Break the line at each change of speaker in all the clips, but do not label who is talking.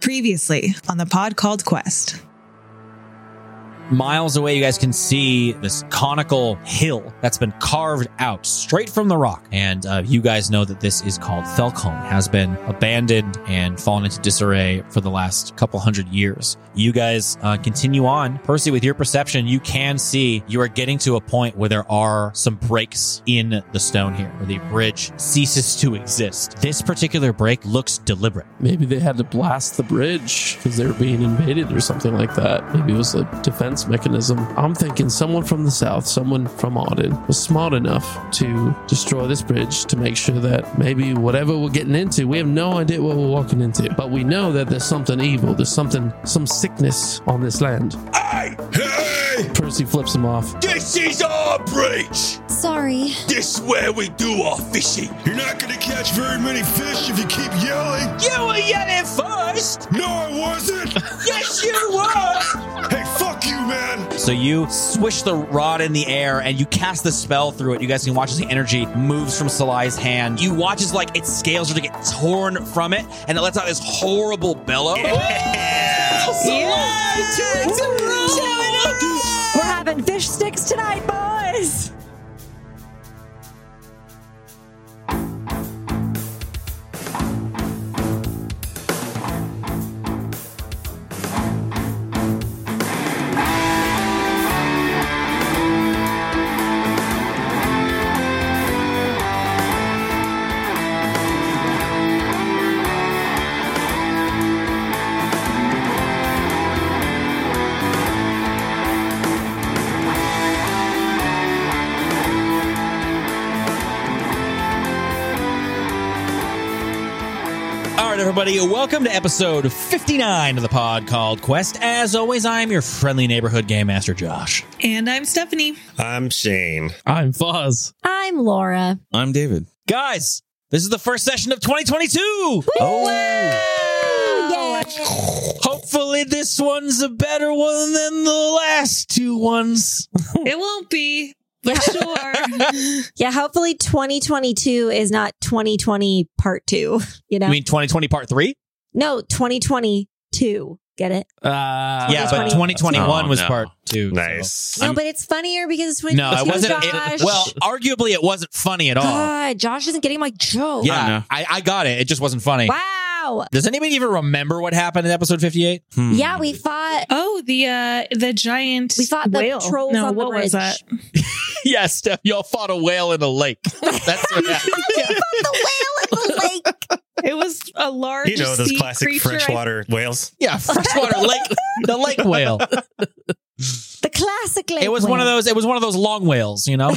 Previously on the pod called Quest.
Miles away, you guys can see this conical hill that's been carved out straight from the rock. And uh, you guys know that this is called Felcombe, has been abandoned and fallen into disarray for the last couple hundred years. You guys uh, continue on. Percy, with your perception, you can see you are getting to a point where there are some breaks in the stone here, where the bridge ceases to exist. This particular break looks deliberate.
Maybe they had to blast the bridge because they were being invaded or something like that. Maybe it was a defense mechanism. I'm thinking someone from the south, someone from Auden, was smart enough to destroy this bridge to make sure that maybe whatever we're getting into, we have no idea what we're walking into. But we know that there's something evil, there's something, some sickness on this land.
Hey! Hey!
Percy flips him off.
This is our breach!
Sorry.
This is where we do our fishing. You're not gonna catch very many fish if you keep yelling.
You were yelling first!
No, I wasn't!
Yes, you were!
hey, fuck you, man!
So you swish the rod in the air and you cast the spell through it. You guys can watch as the energy moves from Salai's hand. You watch as like its scales are to get torn from it, and it lets out this horrible bellow.
We're having fish sticks tonight, boys!
All right, everybody, welcome to episode 59 of the pod called Quest. As always, I'm your friendly neighborhood game master, Josh.
And I'm Stephanie.
I'm Shane.
I'm Fuzz.
I'm Laura.
I'm David.
Guys, this is the first session of 2022. Oh. Hopefully, this one's a better one than the last two ones.
It won't be, but sure.
Yeah, hopefully 2022 is not 2020 part two, you know?
You mean 2020 part three?
no, 2022. Get it?
Uh,
yeah, but 2021
No,
was
no.
part two. so-
Nice.
No,
I'm-
Oh, but it's funnier because it's 22.
No, it wasn't.
Josh.
It, well, arguably, it wasn't funny at all.
God, Josh isn't getting my joke.
Yeah, I,
I know.
I, got it. It just wasn't funny.
Wow.
Does anybody even remember what happened in episode 58?
Hmm.
Yeah, we fought.
Oh, the uh the giant
We fought the
whale.
trolls
no,
on the
what was
bridge.
that?
yeah, Steph, y'all fought a whale in a lake. That's what happened.
the whale in the lake.
It was a large
You know those
sea
classic
creature. I-
freshwater whales.
yeah, freshwater lake, the lake whale.
The classic lake.
It was one of
whale.
those. It was one of those long whales. You know.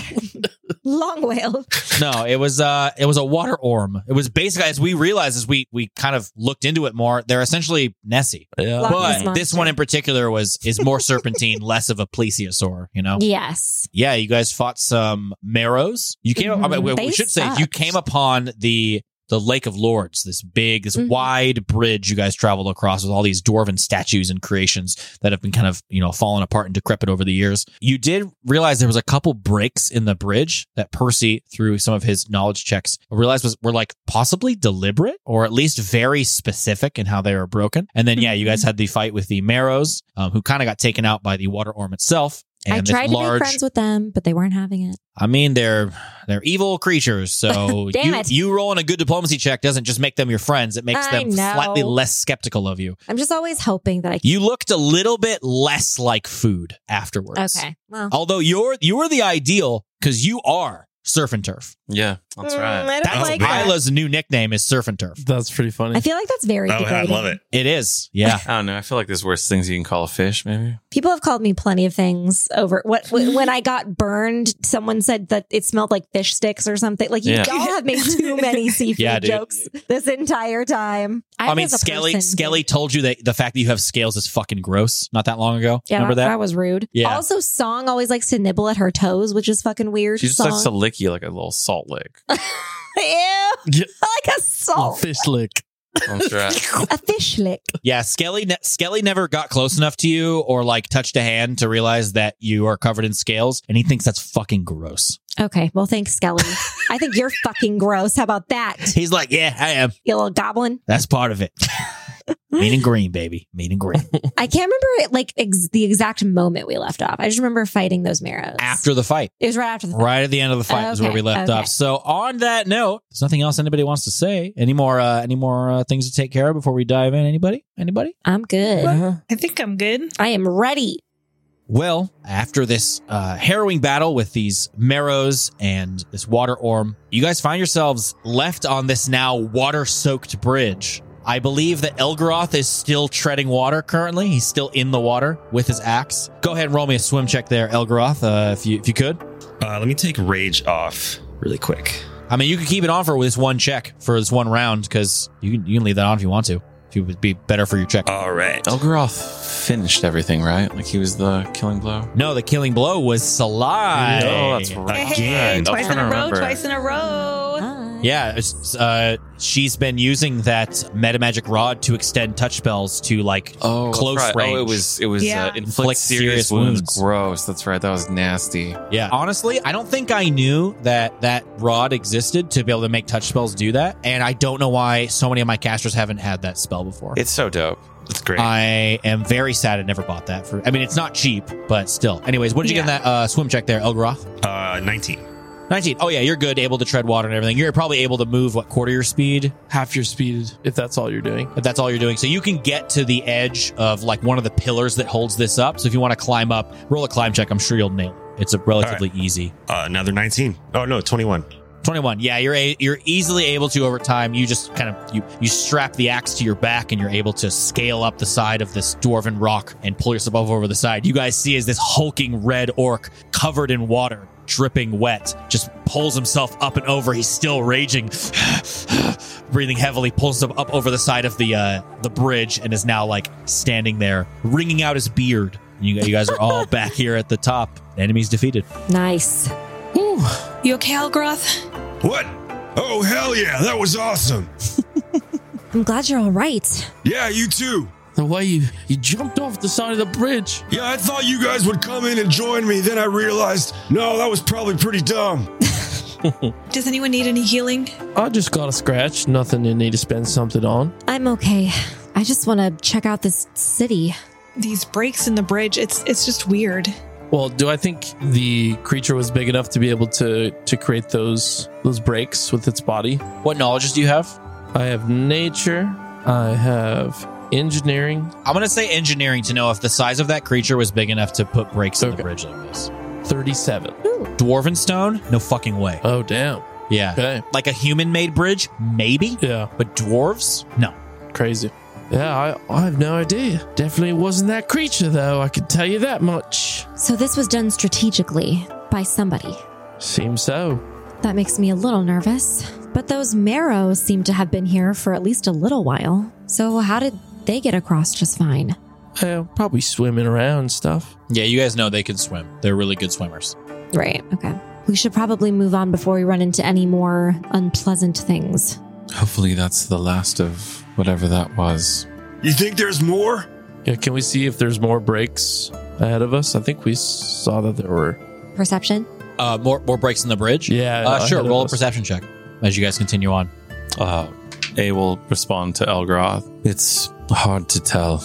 long whale.
No, it was uh it was a water orm. It was basically as we realized as we we kind of looked into it more, they're essentially Nessie.
Loch Ness
But this
Monster.
one in particular was is more serpentine, less of a plesiosaur, you know?
Yes.
Yeah, you guys fought some marrows. You came I mean, we,
Mhm.
we
They
should say you
sucked.
came upon the the Lake of Lords, this big, this
Mhm.
wide bridge you guys traveled across with all these dwarven statues and creations that have been kind of, you know, fallen apart and decrepit over the years. You did realize there was a couple breaks in the bridge that Percy, through some of his knowledge checks, realized was were like possibly deliberate or at least very specific in how they were broken. And then, yeah,
Mm-hmm.
you guys had the fight with the Marrows, um, who kind of got taken out by the Water Orm itself. And
I
this
tried to
large,
be friends with them, but they weren't having it.
I mean, they're they're evil creatures. So
Damn
you
it.
you rolling a good diplomacy check doesn't just make them your friends. It makes
I
them
know.
slightly less skeptical of you.
I'm just always hoping that I can.
You looked a little bit less like food afterwards.
Okay. Well,
Although you're you're the ideal because you are surf and turf.
Yeah, that's
mm,
right.
I don't
That's
like
bad.
that.
Isla's new nickname is surf and turf.
That's pretty funny.
I feel like that's very.
Oh, I
degrading.
love it.
It is. Yeah.
I don't know. I feel like there's worse things you can call a fish, maybe.
People have called me plenty of things over. What wh- when I got burned, someone said that it smelled like fish sticks or something. Like you
Yeah.
all have made too many seafood
Yeah, dude.
jokes this entire time.
I, mean,
was a
Skelly
person-
Skelly told you that the fact that you have scales is fucking gross. Not that long ago.
Yeah,
Remember that?
was rude.
Yeah.
Also, Song always likes to nibble at her toes, which is fucking weird.
She just
Song.
likes to lick you like a little salt lick.
Ew.
Yeah.
I like
Oh,
a salt.
fish lick.
That's right.
a fish lick.
Yeah, Skelly ne- Skelly never got close enough to you or like touched a hand to realize that you are covered in scales, and he thinks that's fucking gross.
Okay. Well, thanks, Skelly. I think you're fucking gross. How about that?
He's like, "Yeah, I am.
You little goblin.
That's part of it." Mean and green, baby. Mean and green.
I can't remember it, like ex- the exact moment we left off. I just remember fighting those marrows.
After the fight.
it was right after the fight.
Right at the end of the fight is where we
Okay,
left
okay.
off. So on that note, there's nothing else anybody wants to say. Any more uh, any more uh, things to take care of before we dive in? Anybody? Anybody?
I'm good.
I think I'm good.
I am ready.
Well, after this uh, harrowing battle with these marrows and this water orm, you guys find yourselves left on this now water soaked bridge. I believe that Elgaroth is still treading water currently. He's still in the water with his axe. Go ahead and roll me a swim check there, Elgaroth, uh, if you if you could.
Uh, let me take rage off really quick.
I mean, you could keep it on for this one check for this one round because you can, you can leave that on if you want to. If it would be better for your check.
Uh.
All right.
Oh,
Elgaroth finished everything, right? Like he was the killing blow.
no, the killing blow was Salai.
Oh, that's right.
Hey,
Again, I was
twice in a row,
trying to remember.
twice in a row.
Hi.
Yeah, it's, uh, she's been using that metamagic rod to extend touch spells to like.
Oh, that's
Close
right. Oh, it
range.
was it was
Yeah.
uh, inflict,
Inflict serious
serious, wounds.
wounds.
Gross. That's right. That was nasty.
Yeah, honestly, I don't think I knew that that rod existed to be able to make touch spells do that, and I don't know why so many of my casters haven't had that spell before.
It's so dope.
That's great.
I am very sad I never bought that. For I mean, it's not cheap, but still. Anyways, what did you get in that uh, swim check there, Elgaroth?
Uh, 19.
19. Oh, yeah, you're good, able to tread water and everything. You're probably able to move, what, quarter your speed?
Half your speed if that's all you're doing.
If that's all you're doing. So you can get to the edge of like one of the pillars that holds this up. So if you want to climb up, roll a climb check. I'm sure you'll nail it. It's a relatively easy.
Uh, another 19. Oh, no, 21.
21. Yeah, you're a, you're easily able to over time. You just kind of you you strap the axe to your back and you're able to scale up the side of this dwarven rock and pull yourself up over the side. You guys see as this hulking red orc covered in water, dripping wet, just pulls himself up and over. He's still raging, breathing heavily, pulls himself up over the side of the uh, the bridge and is now like standing there, wringing out his beard. You, you guys are all back here at the top. Enemies defeated.
Nice.
You okay, Algroth?
What? Oh, hell yeah, that was awesome.
I'm glad you're all right.
Yeah, you too.
The way you you jumped off the side of the bridge.
Yeah, I thought you guys would come in and join me. Then I realized, no, that was probably pretty dumb.
Does anyone need any healing?
I just got a scratch. Nothing to need to spend something on.
I'm okay. I just want to check out this city.
These breaks in the bridge, it's it's just weird.
Well, do I think the creature was big enough to be able to to create those those breaks with its body?
What knowledges do you have?
I have nature. I have engineering.
I'm gonna say engineering to know if the size of that creature was big enough to put brakes on the
Okay.
bridge like this.
Thirty-seven.
Dwarven stone? No fucking way.
Oh damn.
Yeah.
Okay.
Like a human made bridge? Maybe.
Yeah.
But dwarves? No.
Crazy. Yeah, I, I have no idea. Definitely wasn't that creature though. I could tell you that much.
So this was done strategically by somebody.
Seems so.
That makes me a little nervous. But those marrows seem to have been here for at least a little while. So how did they get across just fine?
Well, probably swimming around and stuff.
Yeah, you guys know they can swim. They're really good swimmers.
Right. Okay. We should probably move on before we run into any more unpleasant things.
Hopefully, that's the last of whatever that was.
You think there's more?
Yeah, can we see if there's more breaks ahead of us? I think we saw that there were.
Perception?
Uh more more breaks in the bridge?
Yeah.
Uh, sure,
ahead of
roll a
us.
perception check as you guys continue on.
Uh, A will respond to Elgaroth. It's hard to tell.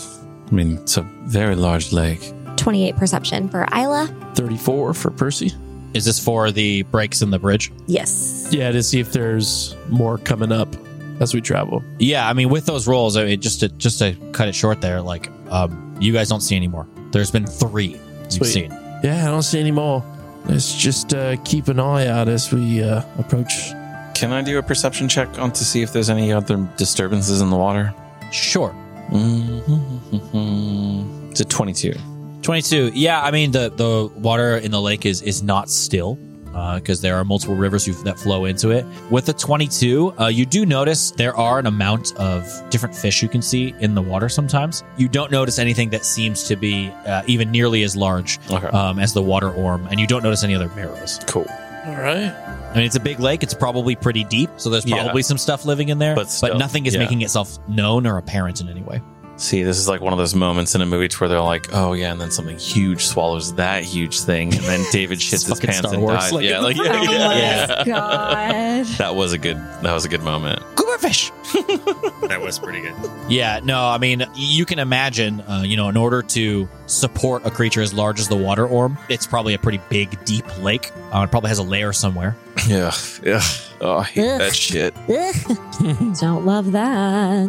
I mean, it's a very large lake.
28 perception for Isla?
34 for Percy.
Is this for the breaks in the bridge?
Yes.
Yeah, to see if there's more coming up as we travel.
Yeah, I mean, with those rolls, I mean, just to just to cut it short, there, like, um, you guys don't see any more. There's been three you've
Sweet.
seen.
Yeah, I don't see any more. Let's just uh, keep an eye out as we uh, approach.
Can I do a perception check on to see if there's any other disturbances in the water?
Sure.
Mm-hmm. It's a 22.
22 yeah i mean the the water in the lake is is not still because there are multiple rivers who, that flow into it. With the 22, uh, you do notice there are an amount of different fish you can see in the water sometimes. You don't notice anything that seems to be uh, even nearly as large
Okay.
um, as the water orm, and you don't notice any other marrows.
Uh, cool.
All right.
I mean, it's a big lake. It's probably pretty deep, so there's
Yeah.
probably some stuff living in there,
But still,
nothing is
yeah.
making itself known or apparent in any way.
See, this is like one of those moments in a movie to where they're like, "Oh yeah," and then something huge swallows that huge thing, and then David shits his
fucking
pants
Star
and
Wars,
dies.
like-
yeah, like yeah,
Oh
yeah,
my
yeah.
God.
That was a good. That was a good moment.
Come
Silverfish.
That was pretty good.
Oh
Yeah, no, I mean, you can imagine, uh, you know, in order to support a creature as large as the water orb, it's probably a pretty big, deep lake. Uh, it probably has a lair somewhere.
Yeah, yeah. Oh, I hate
Ugh.
that shit.
Don't love that.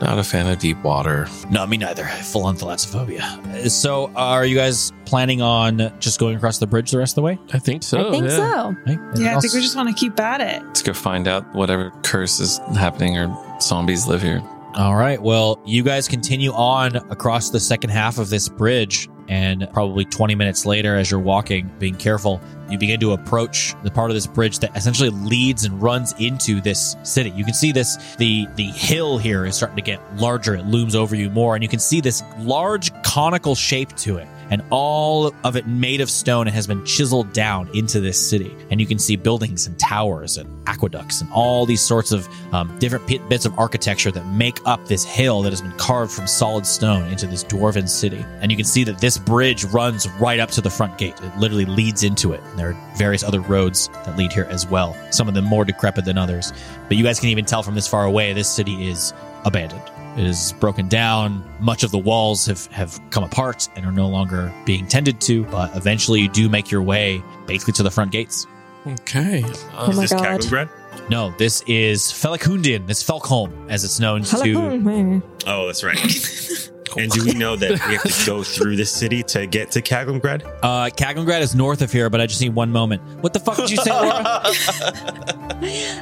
Not a fan of deep water.
No, me neither. Full on thalassophobia. Uh, So, are you guys planning on just going across the bridge the rest of the way?
I think so.
I think
yeah.
so.
Hey, anything
Yeah, I think
else?
we just want to keep at it.
Let's go find out whatever curse is happening or zombies live here.
All right. Well, you guys continue on across the second half of this bridge, and probably 20 minutes later, as you're walking, being careful, you begin to approach the part of this bridge that essentially leads and runs into this city. You can see this the the hill here is starting to get larger. It looms over you more, and you can see this large conical shape to it and all of it made of stone and has been chiseled down into this city. And you can see buildings and towers and aqueducts and all these sorts of um, different pit bits of architecture that make up this hill that has been carved from solid stone into this dwarven city. And you can see that this bridge runs right up to the front gate. It literally leads into it. And there are various other roads that lead here as well, some of them more decrepit than others. But you guys can even tell from this far away, this city is abandoned. It is broken down. Much of the walls have, have come apart and are no longer being tended to, but eventually you do make your way basically to the front gates.
Okay.
Oh
is
my
this
god.
Cagum bread?
No, this is Felicundian. This Felkholm, as it's known to.
Hello.
Oh, that's right. and do we know that we have to go through this city to get to Kaglumgrad?
Uh, Kagongrad is north of here, but I just need one moment. What the fuck did you say, Laura?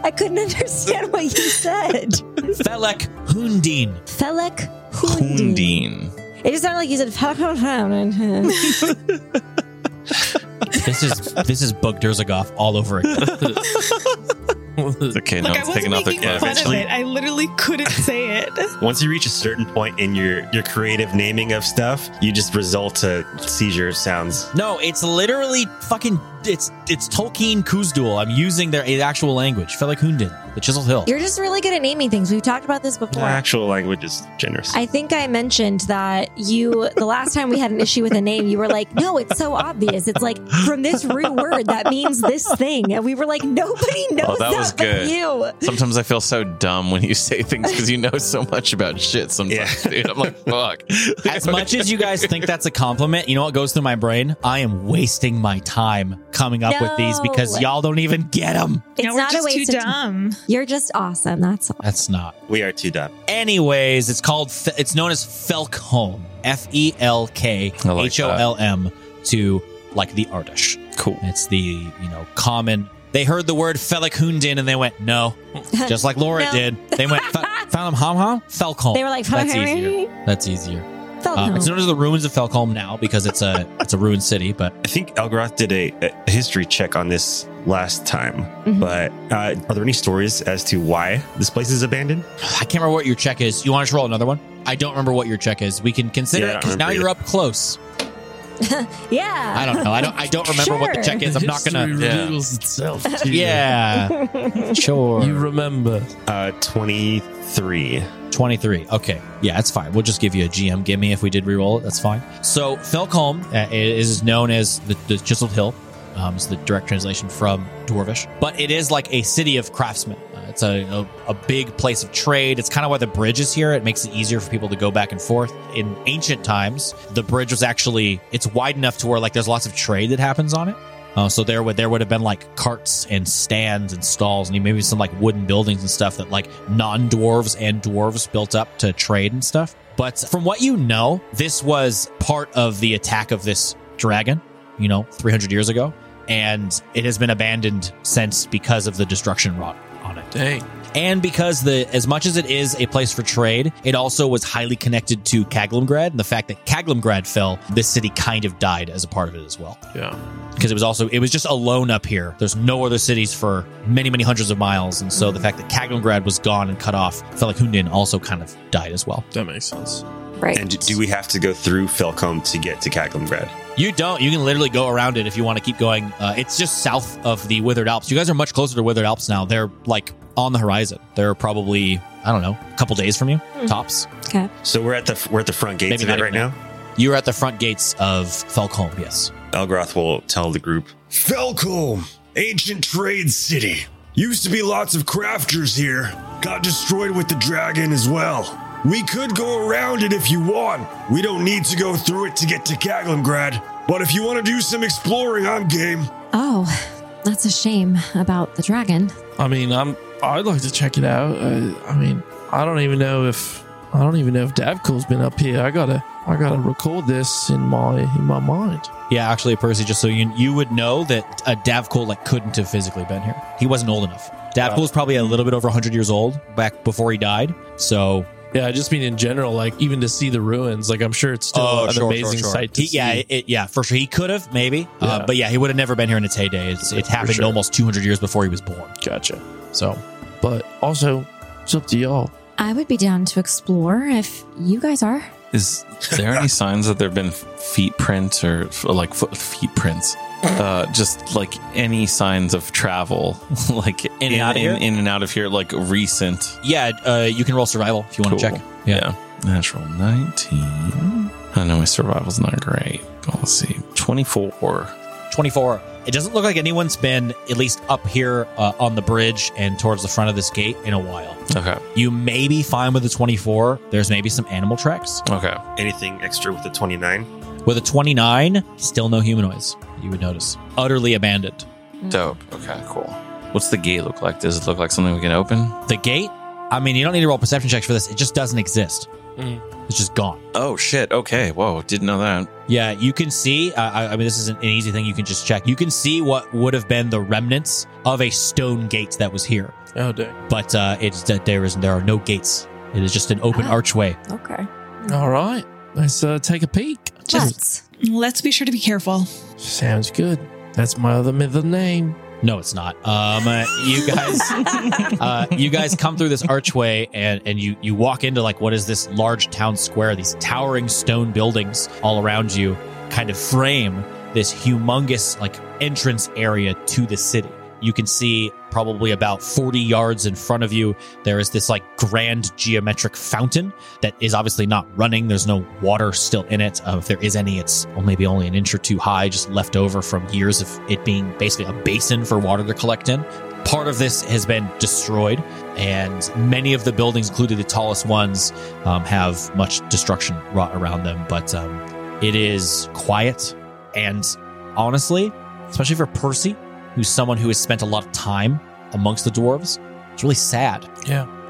I couldn't understand what you said.
Felikhundin.
Felek Hundin.
Kundin.
It just sounded like you said Felek
This is this is Bug Durzagoff all over again.
It's okay.
Look,
no
I
one's
wasn't
taking off their
making
clothes.
fun
Eventually-
of it. I literally couldn't say it.
Once you reach a certain point in your, your creative naming of stuff, you just result to seizure sounds.
No, it's literally fucking. It's it's Tolkien Kuzdul. I'm using their actual language. Felikhundin, the Chiseled Hill.
You're just really good at naming things. We've talked about this before.
Actual language is generous.
I think I mentioned that you, the last time we had an issue with a name, you were like, no, it's so obvious. It's like from this root word that means this thing. And we were like, nobody knows
Oh, that was
but
good.
you.
Sometimes I feel so dumb when you say things because you know so much about shit sometimes, dude. I'm like, fuck.
As much as you guys think that's a compliment, you know what goes through my brain? I am wasting my time coming up with these because
No.
y'all don't even get them.
It's
no, we're
not
just
a waste
too
of time.
dumb.
You're just awesome. That's all.
That's not.
we are too dumb.
Anyways, it's called. Fe- It's known as Felkholm. F E L K
I like
H O L M to like the Ardish.
Cool.
It's the you know common. They heard the word Felikhundin and they went no, just like Laura
No.
did. They went Fe- Felham Ham Ham Felkholm.
They were like, "Oh,
That's easier. That's easier. Uh, it's
Felek.
known as the ruins of Felkholm now because it's a it's a ruined city, but
I think Elgroth did a, a history check on this last time,
Mhm.
but uh, are there any stories as to why this place is abandoned?
I can't remember what your check is. You want to roll another one? I don't remember what your check is. We can consider
Yeah, I
it
don't
'cause now
remember
you're up close.
Yeah.
I don't know. I don't. I don't remember what the
Sure.
check is. I'm not gonna.
History
Yeah.
reveals itself to you.
Yeah, sure.
You remember.
Uh, 23.
23. Okay. Yeah, that's fine. We'll just give you a GM gimme if we did reroll it. That's fine. So, Felcombe uh, is known as the, the Chiseled Hill. Um, is the direct translation from Dwarvish. But it is like a city of craftsmen. Uh, it's a, a, a big place of trade. It's kind of why the bridge is here. It makes it easier for people to go back and forth. In ancient times, the bridge was actually, it's wide enough to where like there's lots of trade that happens on it. Uh, so there would there would have been like carts and stands and stalls and maybe some like wooden buildings and stuff that like non dwarves and dwarves built up to trade and stuff. But from what you know, this was part of the attack of this dragon, you know, 300 years ago, and it has been abandoned since because of the destruction wrought on it
Dang.
and because the as much as it is a place for trade, it also was highly connected to Kaglumgrad, and the fact that Kaglumgrad fell, this city kind of died as a part of it as well.
Yeah.
because it was also it was just alone up here. There's no other cities for many many hundreds of miles, and so the fact that Kaglumgrad was gone and cut off, Felikhundin also kind of died as well.
That makes sense.
Right.
And do we have to go through Felcombe to get to Kaglumgrad?
You don't. You can literally go around it if you want to keep going. Uh, it's just south of the Withered Alps. You guys are much closer to Withered Alps now. They're like on the horizon. They're probably I don't know a couple days from you tops.
So we're at the we're at the front gates
Maybe
of it
not
right
even.
now.
You're at the front gates of Felcombe, yes.
Elgroth will tell the group.
Felcombe, ancient trade city. Used to be lots of crafters here. got destroyed with the dragon as well. We could go around it if you want. We don't need to go through it to get to Gaglingrad. But if you want to do some exploring, I'm game.
Oh, that's a shame about the dragon.
I mean, I'm. I'd like to check it out. I, I mean, I don't even know if I don't even know if Davcool's been up here. I gotta I gotta record this in my in my mind.
Yeah, actually, Percy, just so you you would know that uh, Davkol like couldn't have physically been here. He wasn't old enough. Davkol's probably a little bit over 100 years old back before he died. So,
Yeah, I just mean in general, like even to see the ruins. Like I'm sure it's still
Oh, uh,
an amazing sight to
He-
see.
yeah, it, yeah, for sure. He could have maybe, Uh,
Yeah.
but yeah, he would have never been here in its heyday. It's, it
for
happened
sure.
almost 200 years before he was born.
gotcha.
So,
But also, it's up to y'all.
I would be down to explore if you guys are.
Is there any signs that there've been feet prints or f- like foot feet prints? Uh, just like any signs of travel, like in,
In
in,
out of
in,
here?
and out of here, like recent.
yeah, uh, you can roll survival if you want to
Cool.
check. Yeah.
Natural 19. I know my survival's not great. but Let's see. 24.
24. It doesn't look like anyone's been at least up here uh, on the bridge and towards the front of this gate in a while.
Okay.
You may be fine with a 24. There's maybe some animal tracks.
Okay.
Anything extra with the 29?
With a 29, still no humanoids. You would notice. Utterly abandoned.
Dope. Okay, cool. What's the gate look like? Does it look like something we can open?
The gate, I mean, you don't need to roll perception checks for this. It just doesn't exist.
Mm.
It's just gone.
Oh, shit. Okay. Whoa. Didn't know that.
Yeah, you can see. Uh, I, I mean, this is an, an easy thing you can just check. You can see what would have been the remnants of a stone gate that was here,
Oh dang.
but uh, it's that there is there are no gates. It is just an open
Ah.
archway.
Okay.
All right, let's uh, take a peek.
Just
Let's be sure to be careful.
Sounds good. That's my other middle name.
No, it's not. Um, uh, you guys, uh, you guys come through this archway and and you you walk into like what is this large town square? These towering stone buildings all around you kind of frame this humongous like entrance area to the city. You can see probably about 40 yards in front of you there is this like grand geometric fountain that is obviously not running. There's no water still in it. Uh, if there is any, it's well, maybe only an inch or two high, just left over from years of it being basically a basin for water to collect in. Part of this has been destroyed, and many of the buildings, including the tallest ones, um, have much destruction wrought around them. But um, it is quiet, and honestly, especially for Percy, who's someone who has spent a lot of time amongst the dwarves, it's really sad.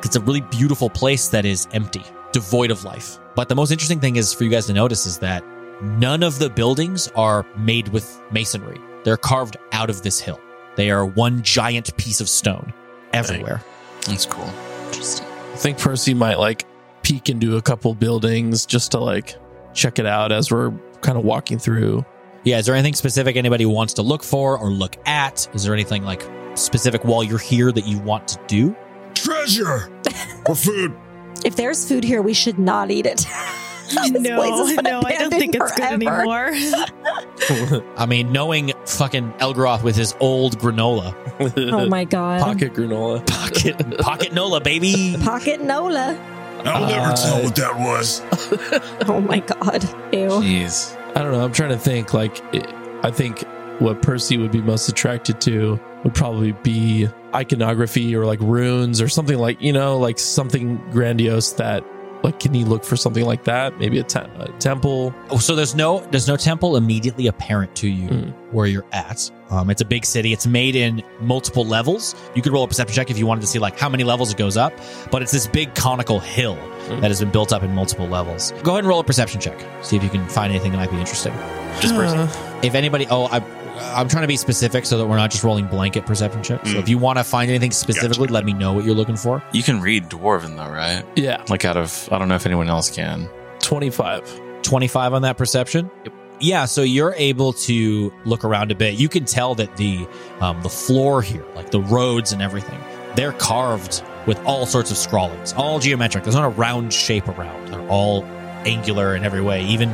It's a really beautiful place that is empty, devoid of life. But the most interesting thing is for you guys to notice is that none of the buildings are made with masonry. They're carved out of this hill. They are one giant piece of stone everywhere.
That's cool.
interesting.
I think Percy might like peek into a couple buildings just to like check it out as we're kind of walking through.
Yeah, is there anything specific anybody wants to look for or look at? Is there anything like specific while you're here that you want to do?
Treasure! or food.
If there's food here, we should not eat it. This place
no,
has been
no, I don't think it's good
abandoned forever.
anymore.
I mean, knowing fucking Elgroth with his old granola,
Oh my god.
Pocket granola.
pocket pocket Nola, baby.
Pocket Nola.
I'll never tell what that was.
Oh my god.
Oh.
Ew.
Jeez.
I don't know. I'm trying to think. Like, it, I think what Percy would be most attracted to would probably be iconography or like runes or something like you know, like something grandiose that. Like, can he look for something like that? Maybe a, te- a temple.
Oh, so there's no there's no temple immediately apparent to you
Mm.
where you're at. Um, it's a big city. It's made in multiple levels. You could roll a perception check if you wanted to see like how many levels it goes up. But it's this big conical hill
Mm.
that has been built up in multiple levels. Go ahead and roll a perception check. See if you can find anything that might be interesting.
Just Percy.
If anybody, oh, I, I'm trying to be specific so that we're not just rolling blanket perception checks. So
Mm.
if you want to find anything specifically, let me know what you're looking for.
You can read Dwarven, though, right?
Yeah,
Like, out of, I don't know if anyone else can.
twenty-five.
25 on that perception. Yeah, so you're able to look around a bit. You can tell that the um, the floor here, like the roads and everything, they're carved with all sorts of scrawlings, all geometric. There's not a round shape around. They're all angular in every way. Even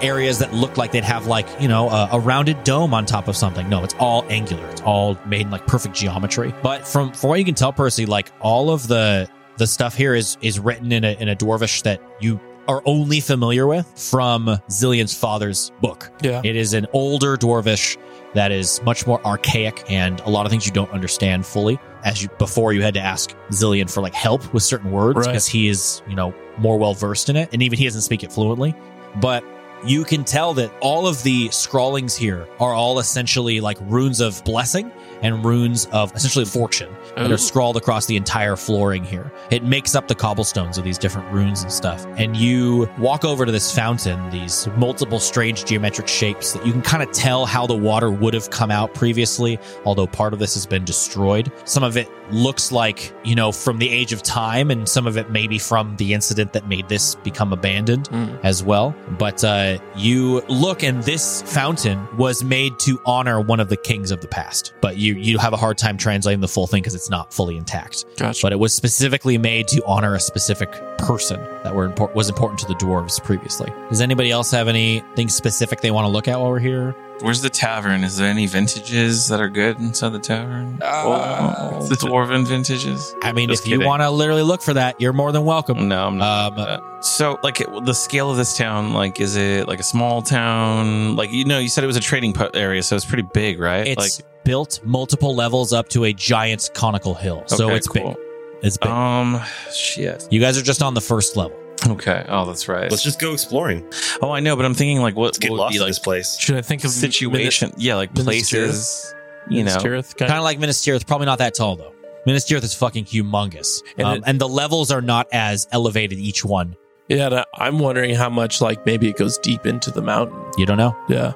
areas that look like they'd have like you know a, a rounded dome on top of something. No, it's all angular. It's all made in like perfect geometry. But from from what you can tell, Percy, like all of the the stuff here is is written in a in a dwarvish that you are only familiar with from Zillion's father's book.
Yeah.
It is an older dwarvish that is much more archaic and a lot of things you don't understand fully. as you before you had to ask Zillion for like help with certain words
Right.
because he is you know more well versed in it, and even he doesn't speak it fluently. But you can tell that all of the scrawlings here are all essentially like runes of blessing and runes of essentially fortune that
Ooh.
are scrawled across the entire flooring here. It makes up the cobblestones of these different runes and stuff. And you walk over to this fountain, these multiple strange geometric shapes that you can kind of tell how the water would have come out previously, although part of this has been destroyed. Some of it looks like, you know, from the age of time, and some of it maybe from the incident that made this become abandoned as well. But uh, you look, and this fountain was made to honor one of the kings of the past. But you you have a hard time translating the full thing because it's not fully intact.
Gotcha.
But it was specifically made to honor a specific person that were import- was important to the dwarves previously. Does anybody else have anything specific they want to look at while we're here?
Where's the tavern? Is there any vintages that are good inside the tavern?
Uh,
Oh, the dwarven vintages?
I mean,
Just
if you
kidding. Mm, uh,
want to literally look for that, you're more than welcome.
No, I'm not.
Um,
so, like, it, the scale of this town, like, is it like a small town? Like, you know, you said it was a trading po- area, so it's pretty big, right?
it's
like,
built multiple levels up to a giant conical hill, so
okay,
it's
cool.
big. It's big.
Um, shit.
you guys are just on the first level.
Okay. Oh, that's right.
Let's just go exploring.
oh, I know, but I'm thinking like, what,
Let's get
what would
lost
be
in
like
this place.
Should I think of
situation? yeah, like
Minas
places. You know,
Kind of like Minas Tirith, probably not that tall though. Minas Tirith is fucking humongous,
And
Um,
it-
and the levels are not as elevated each one.
yeah, and I- I'm wondering how much like maybe it goes deep into the mountain.
You don't know.
Yeah,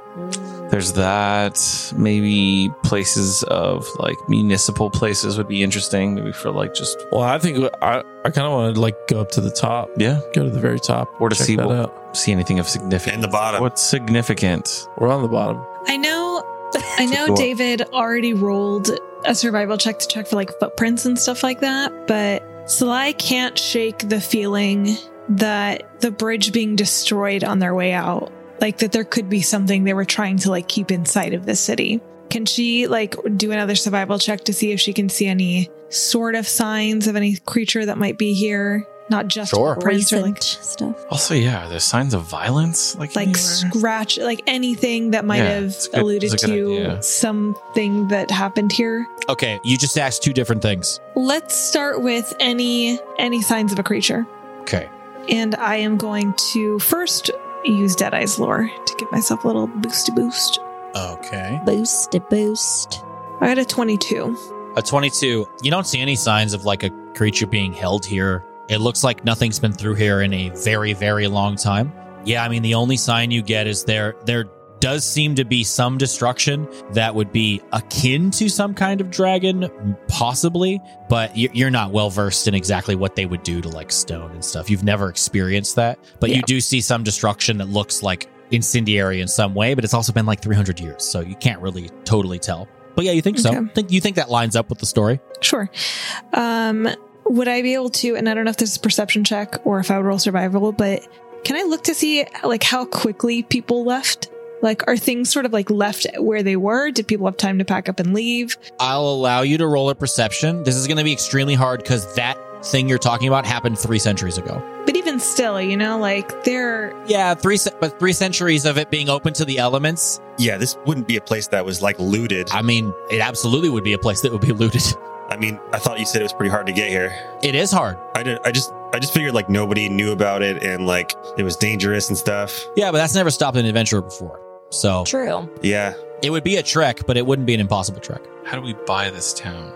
There's that. Maybe places of like municipal places would be interesting. Maybe for like just
well, I think I I kind of want to like go up to the top,
yeah.
go to the very top,
Or to
check
see
that
what-
out.
See anything of significance?
And the bottom.
What's significant?
We're on the bottom.
I know. I know
Sure.
David already rolled a survival check to check for like footprints and stuff like that, but Sly can't shake the feeling that the bridge being destroyed on their way out, like that there could be something they were trying to like keep inside of the city. Can she like do another survival check to see if she can see any sort of signs of any creature that might be here? Not just
Sure.
prints or
Recent
like
stuff.
Also, yeah. Are there signs of violence? Like,
like
anywhere?
scratch like anything that might
Yeah,
have
it's a good-
alluded
it's a good
to
idea.
something that happened here
Okay, you just asked two different things.
let's start with any any signs of a creature
Okay.
and i am going to first use deadeye's lore to give myself a little boosty boost
Okay.
Boost a boost.
i got a 22
A 22. You don't see any signs of like a creature being held here. It looks like nothing's been through here in a very, very long time. Yeah, I mean the only sign you get is there there does seem to be some destruction that would be akin to some kind of dragon possibly, but you- you're not well versed in exactly what they would do to like stone and stuff. You've never experienced that, but you
Yeah.
do see some destruction that looks like incendiary in some way, but it's also been like 300 years, so you can't really totally tell. But yeah, you think so?
Okay.
Think you think that lines up with the story?
sure um would i be able to and i don't know if this is a perception check or if i would roll survival but can i look to see like how quickly people left like are things sort of like left where they were did people have time to pack up and leave
I'll allow you to roll a perception. This is going to be extremely hard because that thing you're talking about happened three centuries ago.
But even still, you know, like they're
Yeah, three, ce- but three centuries of it being open to the elements.
Yeah, this wouldn't be a place that was like looted.
I mean, it absolutely would be a place that would be looted.
I mean, I thought you said it was pretty hard to get here.
It is hard.
I did. I just. I just figured like nobody knew about it and like it was dangerous and stuff.
Yeah, but that's never stopped an adventurer before. So
True.
Yeah.
it would be a trek, but it wouldn't be an impossible trek.
How do we buy this town?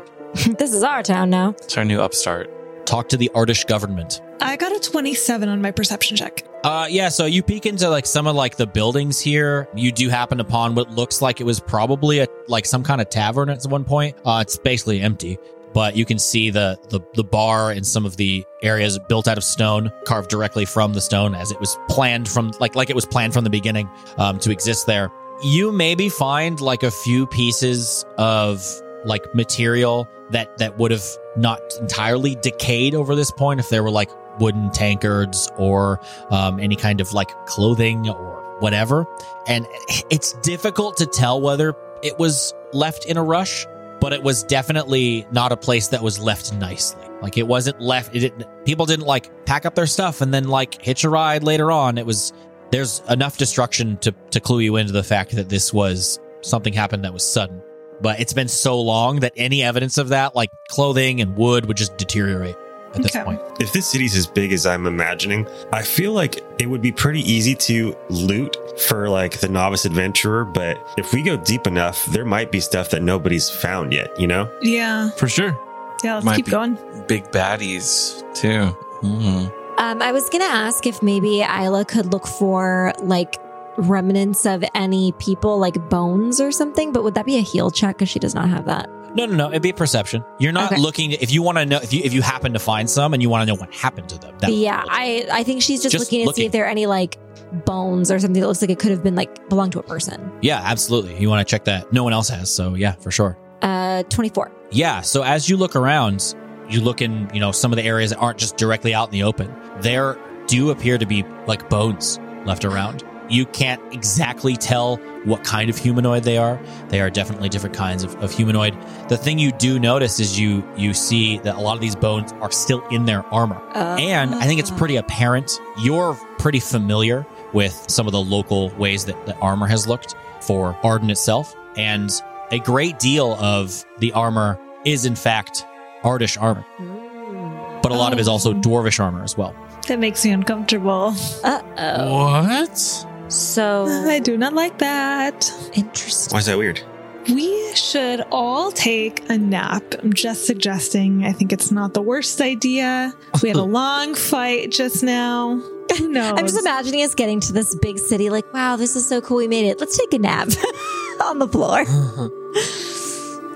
this is our town now.
It's our new upstart.
Talk to the Artish government.
I got a 27 on my perception check.
Uh, yeah. So you peek into like some of like the buildings here. You do happen upon what looks like it was probably a like some kind of tavern at one point. Uh, it's basically empty, but you can see the the the bar and some of the areas built out of stone, carved directly from the stone as it was planned from like like it was planned from the beginning um, to exist there. You maybe find like a few pieces of like material that that would have not entirely decayed over this point if there were like wooden tankards or um, any kind of like clothing or whatever. And it's difficult to tell whether it was left in a rush, but it was definitely not a place that was left nicely. Like it wasn't left. It didn't, people didn't like pack up their stuff and then like hitch a ride later on. It was there's enough destruction to to clue you into the fact that this was something happened that was sudden. but it's been so long that any evidence of that, like clothing and wood, would just deteriorate at this
Okay.
point.
If this city's as big as I'm imagining, I feel like it would be pretty easy to loot for like the novice adventurer, but if we go deep enough, there might be stuff that nobody's found yet, you know?
Yeah.
For sure.
Yeah, let's
Might
keep
be.
going.
Big baddies too. Hmm.
Um, I was gonna ask if maybe Isla could look for like remnants of any people, like bones or something, but would that be a heal check? Because she does not have that.
No, no, no. It'd be a perception. You're not
Okay.
looking. If you want to know, if you if you happen to find some and you want to know what happened to them, that
yeah, I I think she's just,
Just
looking to see
looking.
if there are any like bones or something that looks like it could have been like belonged to a person.
yeah, absolutely. You want to check that. No one else has, so yeah, for sure.
Uh, twenty four.
Yeah. So as you look around, you look in, you know, some of the areas that aren't just directly out in the open. There do appear to be like bones left around. You can't exactly tell what kind of humanoid they are. They are definitely different kinds of, of humanoid. The thing you do notice is you you see that a lot of these bones are still in their armor.
Uh,
And I think it's pretty apparent you're pretty familiar with some of the local ways that, that armor has looked for Arden itself. And a great deal of the armor is, in fact, Ardish armor, but a lot of it is also Dwarvish armor as well.
That makes me uncomfortable.
Uh oh.
What?
I
So
do not like that.
interesting.
Why is that weird?
We should all take a nap. I'm just suggesting. I think it's not the worst idea. We had a long fight just now. Who knows?
I'm just imagining us getting to this big city, like, wow, this is so cool. We made it. Let's take a nap on the floor.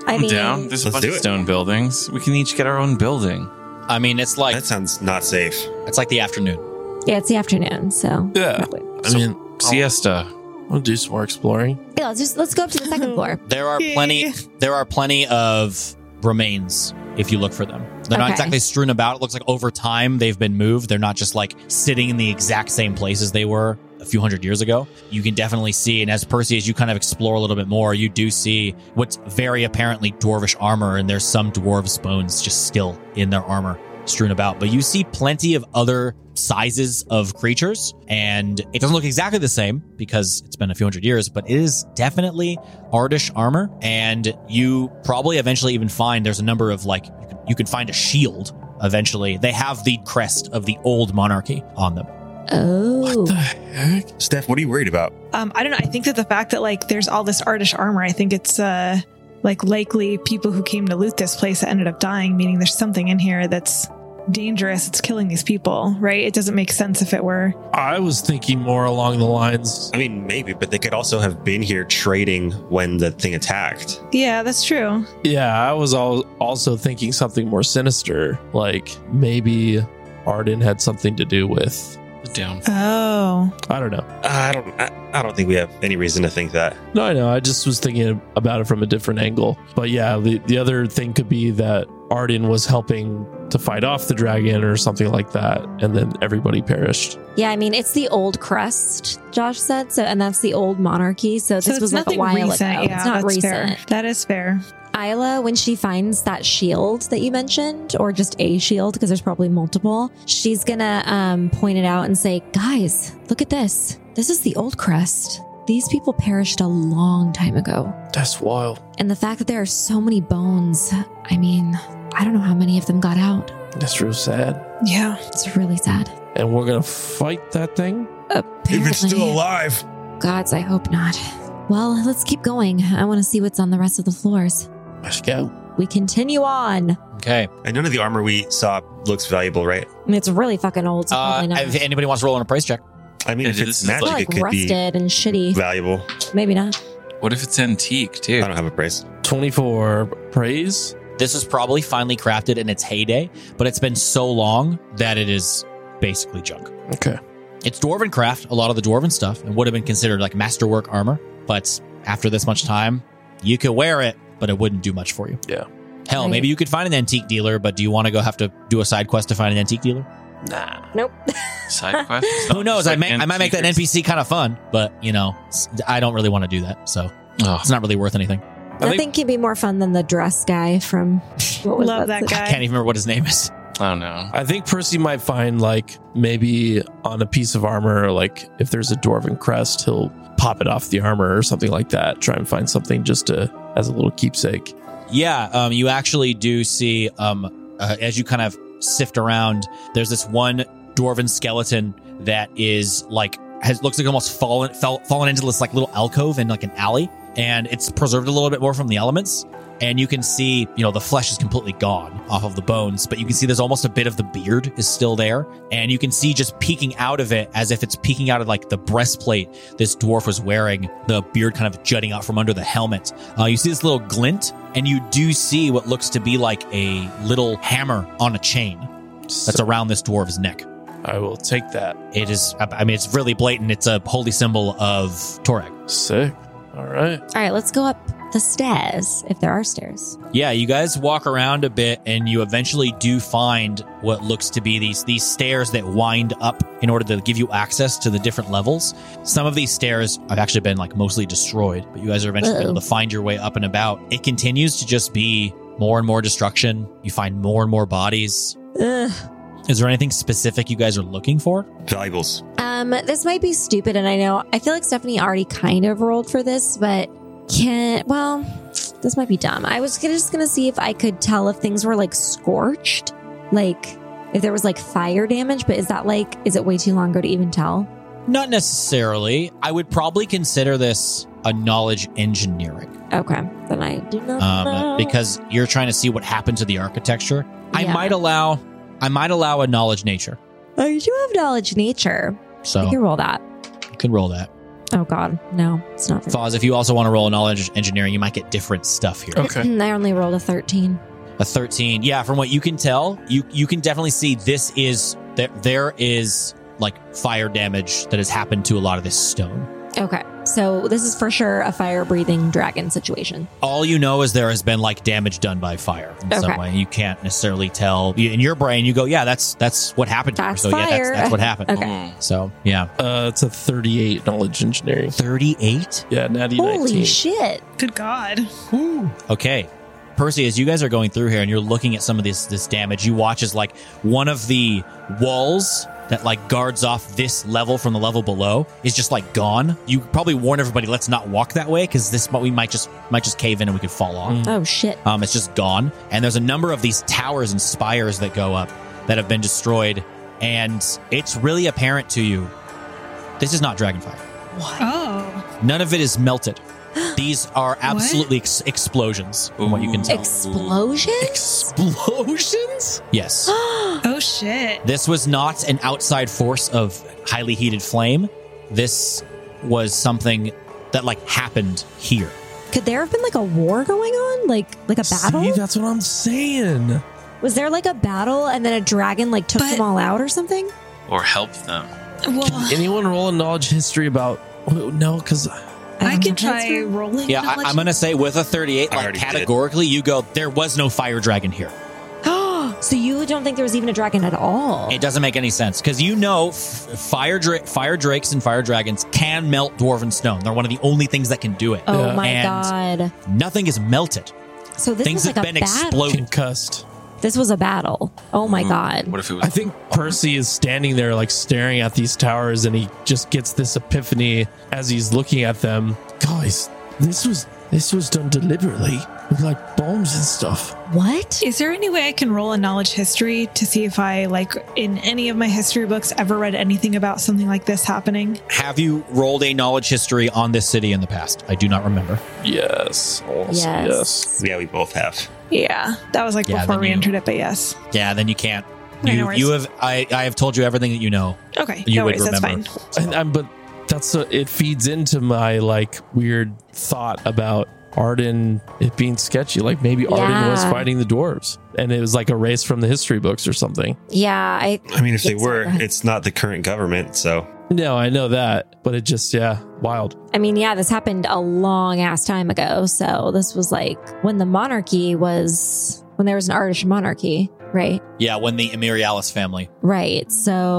I
I'm
mean,
down. There's a
Let's
bunch
do
of
it.
stone buildings. We can each get our own building.
I mean, it's like
That sounds not safe.
it's like the afternoon.
yeah, it's the afternoon, so
Yeah.
probably.
I mean,
Oh.
Siesta.
I'll do some more exploring.
yeah, let's just let's go up to the second floor.
There are
Yay.
plenty. There are plenty of remains if you look for them. They're not
Okay.
exactly strewn about. It looks like over time they've been moved. They're not just like sitting in the exact same places they were a few hundred years ago. You can definitely see, and as Percy, as you kind of explore a little bit more, you do see what's very apparently dwarvish armor, and there's some dwarves' bones just still in their armor strewn about. But you see plenty of other sizes of creatures, and it doesn't look exactly the same because it's been a few hundred years, but it is definitely Ardish armor, and you probably eventually even find there's a number of like you can, you can find a shield. Eventually, they have the crest of the old monarchy on them.
Oh,
What the heck?
Steph, what are you worried about?
Um, I don't know. I think that the fact that like there's all this artish armor, I think it's uh like likely people who came to loot this place that ended up dying, meaning there's something in here that's dangerous. It's killing these people, right? It doesn't make sense if it were.
I was thinking more along the lines.
I mean, maybe, but they could also have been here trading when the thing attacked.
Yeah, that's true.
Yeah, I was al- also thinking something more sinister. Like maybe Arden had something to do with.
The down.
Oh,
I don't know.
Uh, I don't. I, I don't think we have any reason to think that.
No, I know. I just was thinking about it from a different angle. But yeah, the, the other thing could be that Arden was helping to fight off the dragon or something like that, and then everybody perished.
yeah. I mean, it's the old crest. Josh said so, and that's the old monarchy. So
so
this
it's
was like a
nothing
while
recent.
ago.
Yeah,
it's not
that's
recent.
fair. That is fair.
Isla, when she finds that shield that you mentioned, or just a shield, because there's probably multiple, she's gonna um, point it out and say, "Guys, look at this. This is the old crest. These people perished a long time ago,
That's wild.
and the fact that there are so many bones. I mean, I don't know how many of them got out.
That's real sad.
Yeah.
It's really sad.
And we're gonna fight that thing.
Apparently,
If it's still alive,
gods, I hope not. Well, let's keep going. I want to see what's on the rest of the floors.
Let's go.
We continue on.
Okay.
And none of the armor we saw looks valuable, right?
And It's really fucking old. So
Uh,
probably not.
if anybody wants to roll on a price check,
I mean,
Yeah,
if
dude,
it's
this is
magic,
like-
They're
it
like
could be
rusted and shitty.
valuable.
Maybe not.
What if it's antique
I
too?
don't have a price.
Twenty-four praise.
this is probably finely crafted in its heyday, but it's been so long that it is basically junk.
Okay.
It's dwarven craft, a lot of the dwarven stuff, and would have been considered like masterwork armor. But after this much time, you could wear it, but it wouldn't do much for you.
Yeah.
Hell,
Right.
maybe you could find an antique dealer, but do you want to go have to do a side quest to find an antique dealer?
Nah.
Nope.
Side quest.
Who knows? I may, I might make that NPC kind of fun, but you know, s- I don't really want to do that, so
Oh,
it's not really worth anything.
Nothing can be more fun than the dress guy from. What was
Love that
I
guy.
can't even remember what his name is.
Oh, I don't know.
I think Percy might find like maybe on a piece of armor, like if there's a dwarven crest, he'll pop it off the armor or something like that. Try and find something just to as a little keepsake.
Yeah, um, you actually do see um, uh, as you kind of sift around. There's this one dwarven skeleton that is like has looks like almost fallen fell, fallen into this like little alcove in like an alley, and it's preserved a little bit more from the elements. And you can see, you know, the flesh is completely gone off of the bones, but you can see there's almost a bit of the beard is still there, and you can see just peeking out of it as if it's peeking out of like the breastplate this dwarf was wearing, the beard kind of jutting out from under the helmet. Uh, you see this little glint, and you do see what looks to be like a little hammer on a chain that's
So
around this dwarf's neck.
I will take that.
It is, I- I mean, it's really blatant. It's a holy symbol of Torag.
Sick. All right.
All right, let's go up the stairs if there are stairs.
Yeah, you guys walk around a bit and you eventually do find what looks to be these these stairs that wind up in order to give you access to the different levels. Some of these stairs have actually been like mostly destroyed, but you guys are eventually
Uh-oh.
able to find your way up and about. It continues to just be more and more destruction. You find more and more bodies.
Ugh.
Is there anything specific you guys are looking for?
Valuables.
Um, this might be stupid, and I know I feel like Stephanie already kind of rolled for this, but can well, this might be dumb. I was gonna, just gonna see if I could tell if things were like scorched, like if there was like fire damage. But is that like is it way too long ago to even tell?
Not necessarily. I would probably consider this a knowledge engineering.
Okay, then I do not know.
um, because you're trying to see what happened to the architecture. I
Uh-huh. Yeah.
might allow, I might allow a knowledge nature,
I Oh, do have knowledge nature.
so
I can roll that.
you can roll that.
Oh God, no, it's not. very-
Foz, if you also want to roll a knowledge engineering, you might get different stuff here.
Okay.
I only rolled a thirteen.
A thirteen, yeah. From what you can tell, you you can definitely see this is there. There is like fire damage that has happened to a lot of this stone.
Okay, so this is for sure a fire-breathing dragon situation.
All you know is there has been like damage done by fire in some
Okay.
way. You can't necessarily tell in your brain. You go, yeah, that's that's what happened. here."
That's
so yeah, that's,
fire.
that's what happened.
Okay.
So yeah,
Uh, it's a 38 knowledge engineering.
thirty eight.
Yeah, natty
Holy
19.
shit!
Good God.
Okay. Percy, as you guys are going through here and you're looking at some of this this damage, you watch as like one of the walls that like guards off this level from the level below is just like gone. You probably warn everybody, let's not walk that way because this might- we might just might just cave in and we could fall off.
Mm.
Oh shit!
Um, it's just gone. And there's a number of these towers and spires that go up that have been destroyed, and it's really apparent to you this is not Dragonfire.
Oh.
None of it is melted. These are absolutely ex- explosions, from what you can tell.
Explosions?
explosions? Yes.
Oh, shit.
This was not an outside force of highly heated flame. This was something that like happened here.
Could there have been like a war going on? Like like a battle?
See, that's what I'm saying.
Was there like a battle and then a dragon like took
But-
them all out or something?
Or help them.
Well,
Anyone roll a knowledge history about? Oh, no, because
I
don't
can
know.
try rolling.
Yeah, I,
knowledge-
I'm gonna say with a 38,
I
like
already did.
categorically, you go. There was no fire dragon here.
so you don't think there was even a dragon at all?
It doesn't make any sense because you know, f- fire dra- fire drakes and fire dragons can melt dwarven stone. They're one of the only things that can do it.
oh
Yeah.
my
And-
god!
Nothing is melted.
So this
Things
was like
have
a
been
battle.
exploded.
concussed.
This was a battle. Oh my
Mm-hmm.
god!
What if it was?
I think Percy is standing there, like staring at these towers, and he just gets this epiphany as he's looking at them. Guys, this was this was done deliberately with like bombs and stuff.
What?
Is there any way I can roll a knowledge history to see if I, like, in any of my history books, ever read anything about something like this happening?
Have you rolled a knowledge history on this city in the past? I do not remember.
Yes.
Yes.
Yeah, we both have.
Yeah, that was like
Yeah,
before
then
we
you-
entered it, but yes.
Yeah, then you can't.
Okay, no
You,
worries.
you have I, I have told you everything that you know.
Okay,
You
no
would
worries, that's fine.
remember.
And, and but that's a, it feeds into my like weird thought about Arden it being sketchy. Like maybe Arden was
Yeah.
fighting the dwarves, and it was like erased from the history books or something.
Yeah, I
I mean, if they
Yes,
were,
go ahead.
it's not the current government, so
No, I know that, but it just yeah, wild.
I mean, yeah, this happened a long ass time ago. So this was like when the monarchy was when there was an Irish monarchy, right?
Yeah, when the Emirialis family.
Right.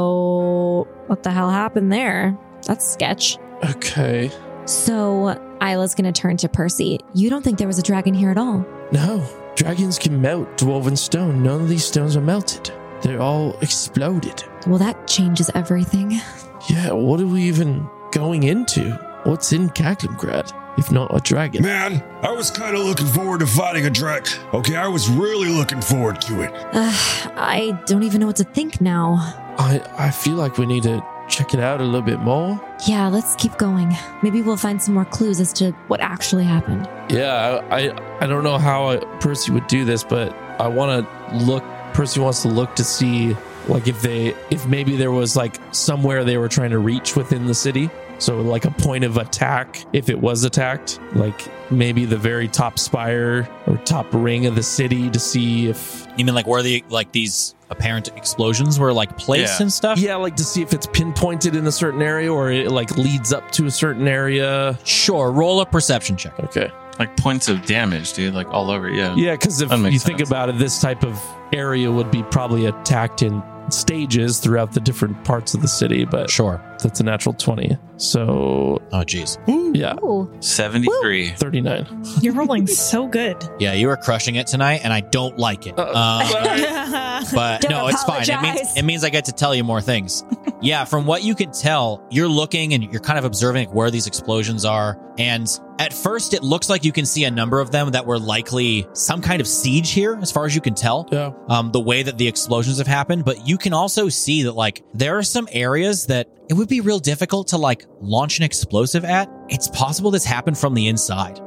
So what the hell happened there? That's sketch.
Okay.
So Isla's gonna turn to Percy. You don't think there was a dragon here at all?
No, dragons can melt dwarven stone. None of these stones are melted. They're all exploded.
Well, that changes everything.
Yeah, what are we even going into? What's in Caglimgrad? if not a dragon.
Man, I was kind of looking forward to fighting a drac. Okay, I was really looking forward to it.
Ugh, I don't even know what to think now.
I, I feel like we need to check it out a little bit more.
Yeah, let's keep going. Maybe we'll find some more clues as to what actually happened.
Yeah, I, I, I don't know how I, Percy would do this, but I want to look. Percy wants to look to see, like, if they, if maybe there was like somewhere they were trying to reach within the city. So, like, a point of attack, if it was attacked, like maybe the very top spire or top ring of the city to see if,
You mean like where the like these apparent explosions were like placed
Yeah.
and stuff?
yeah, like to see if it's pinpointed in a certain area or it like leads up to a certain area.
Sure. Roll a perception check.
Okay.
Like points of damage, dude. Like all over. Yeah.
Yeah, because if
That
you
makes
think
sense.
about it, this type of area would be probably attacked in stages throughout the different parts of the city, but
Sure.
that's a natural 20. So,
Oh, jeez.
yeah,
Ooh.
73.
39.
You're rolling so good.
Yeah, you are crushing it tonight, and I don't like it.
Uh-oh.
Um, but
Don't
no, it's fine. It means
apologize.
it means I get to tell you more things. yeah, from what you can tell, you're looking and you're kind of observing like, where these explosions are, and at first it looks like you can see a number of them that were likely some kind of siege here, as far as you can tell.
Yeah.
Um, the way that the explosions have happened, but you can also see that like there are some areas that it would be real difficult to like launch an explosive at. It's possible this happened from the inside.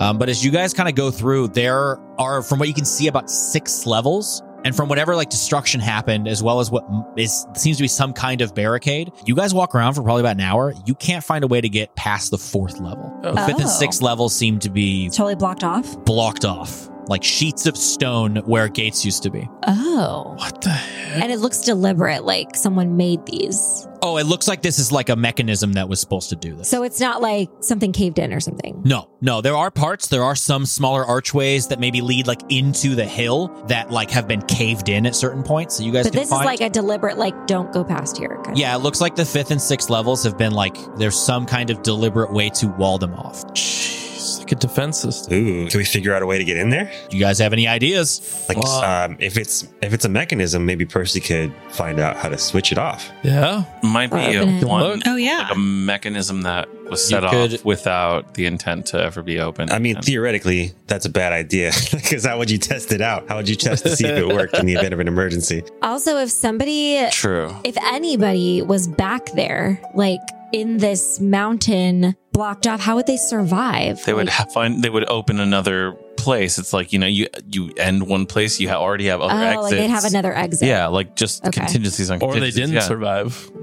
Um, but as you guys kind of go through, there are, from what you can see, about six levels. And from whatever like destruction happened, as well as what m- is seems to be some kind of barricade, you guys walk around for probably about an hour. You can't find a way to get past the fourth level. The fifth and
Oh.
sixth levels seem to be
Totally blocked off.
blocked off, like sheets of stone where gates used to be.
Oh.
What the heck?
And it looks deliberate, like someone made these.
Oh, it looks like this is like a mechanism that was supposed to do this.
So it's not like something caved in or something.
No, no, there are parts. There are some smaller archways that maybe lead like into the hill that like have been caved in at certain points. So you guys
But
can
this is
find.
like a deliberate, like, don't go past here. kind of-
Yeah, it looks like the fifth and sixth levels have been like there's some kind of deliberate way to wall them off.
Jeez, like a defense system.
Ooh, can we figure out a way to get in there?
Do you guys have any ideas?
Like,
Wow.
um, if it's if it's a mechanism, maybe Percy could find out how to switch it off.
Yeah.
Might be a
Open.
one.
Oh
Like
yeah.
a mechanism that was
You
set
could-
off without the intent to ever be open.
I mean,
And-
theoretically, that's a bad idea because how would you test it out? How would you test to see if it worked in the event of an emergency?
Also, if somebody
True.
if anybody was back there, like in this mountain blocked off, how would they survive?
They would
Like,
ha- find. They would open another place. It's like you know, you you end one place, you ha- already have other
oh,
exits.
like they'd have another exit.
Yeah, like just
Okay.
contingencies
Or
on.
they
contingencies,
didn't
yeah.
survive. uh,
Yeah,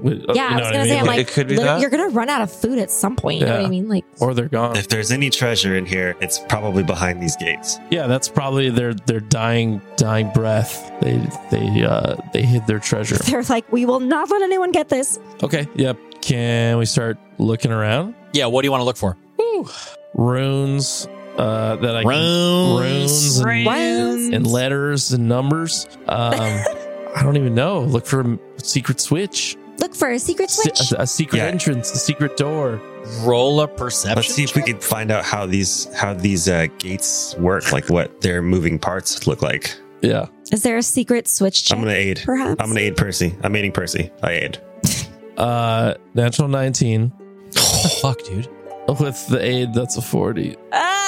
I was gonna say, I'm like,
It could be
liter-
that.
you're gonna run out of food at some point. You know what
Yeah.
I mean? Like,
or they're gone.
If there's any treasure in here, it's probably behind these gates.
Yeah, that's probably their their dying dying breath. They they uh they hid their treasure.
they're like, we will not let anyone get this.
uh,
Okay, yep. Can we start looking around?
Yeah, what do you want to look for?
Runes uh that I can
Runes.
runes and,
Runes.
Mm-hmm.
and letters and numbers. Um, I don't even know. Look for a secret switch,
Look for a secret
Se-
switch.
a, a secret
Yeah.
entrance, a secret door.
Roll a perception.
Let's see if we
check.
can find out how these how these uh, gates work, like what their moving parts look like.
Yeah.
Is there a secret switch check?
I'm gonna aid.
perhaps.
I'm gonna aid Percy. I'm aiding Percy. I aid.
Uh, natural nineteen
What the fuck, dude.
with the aid. That's a forty.
Ah!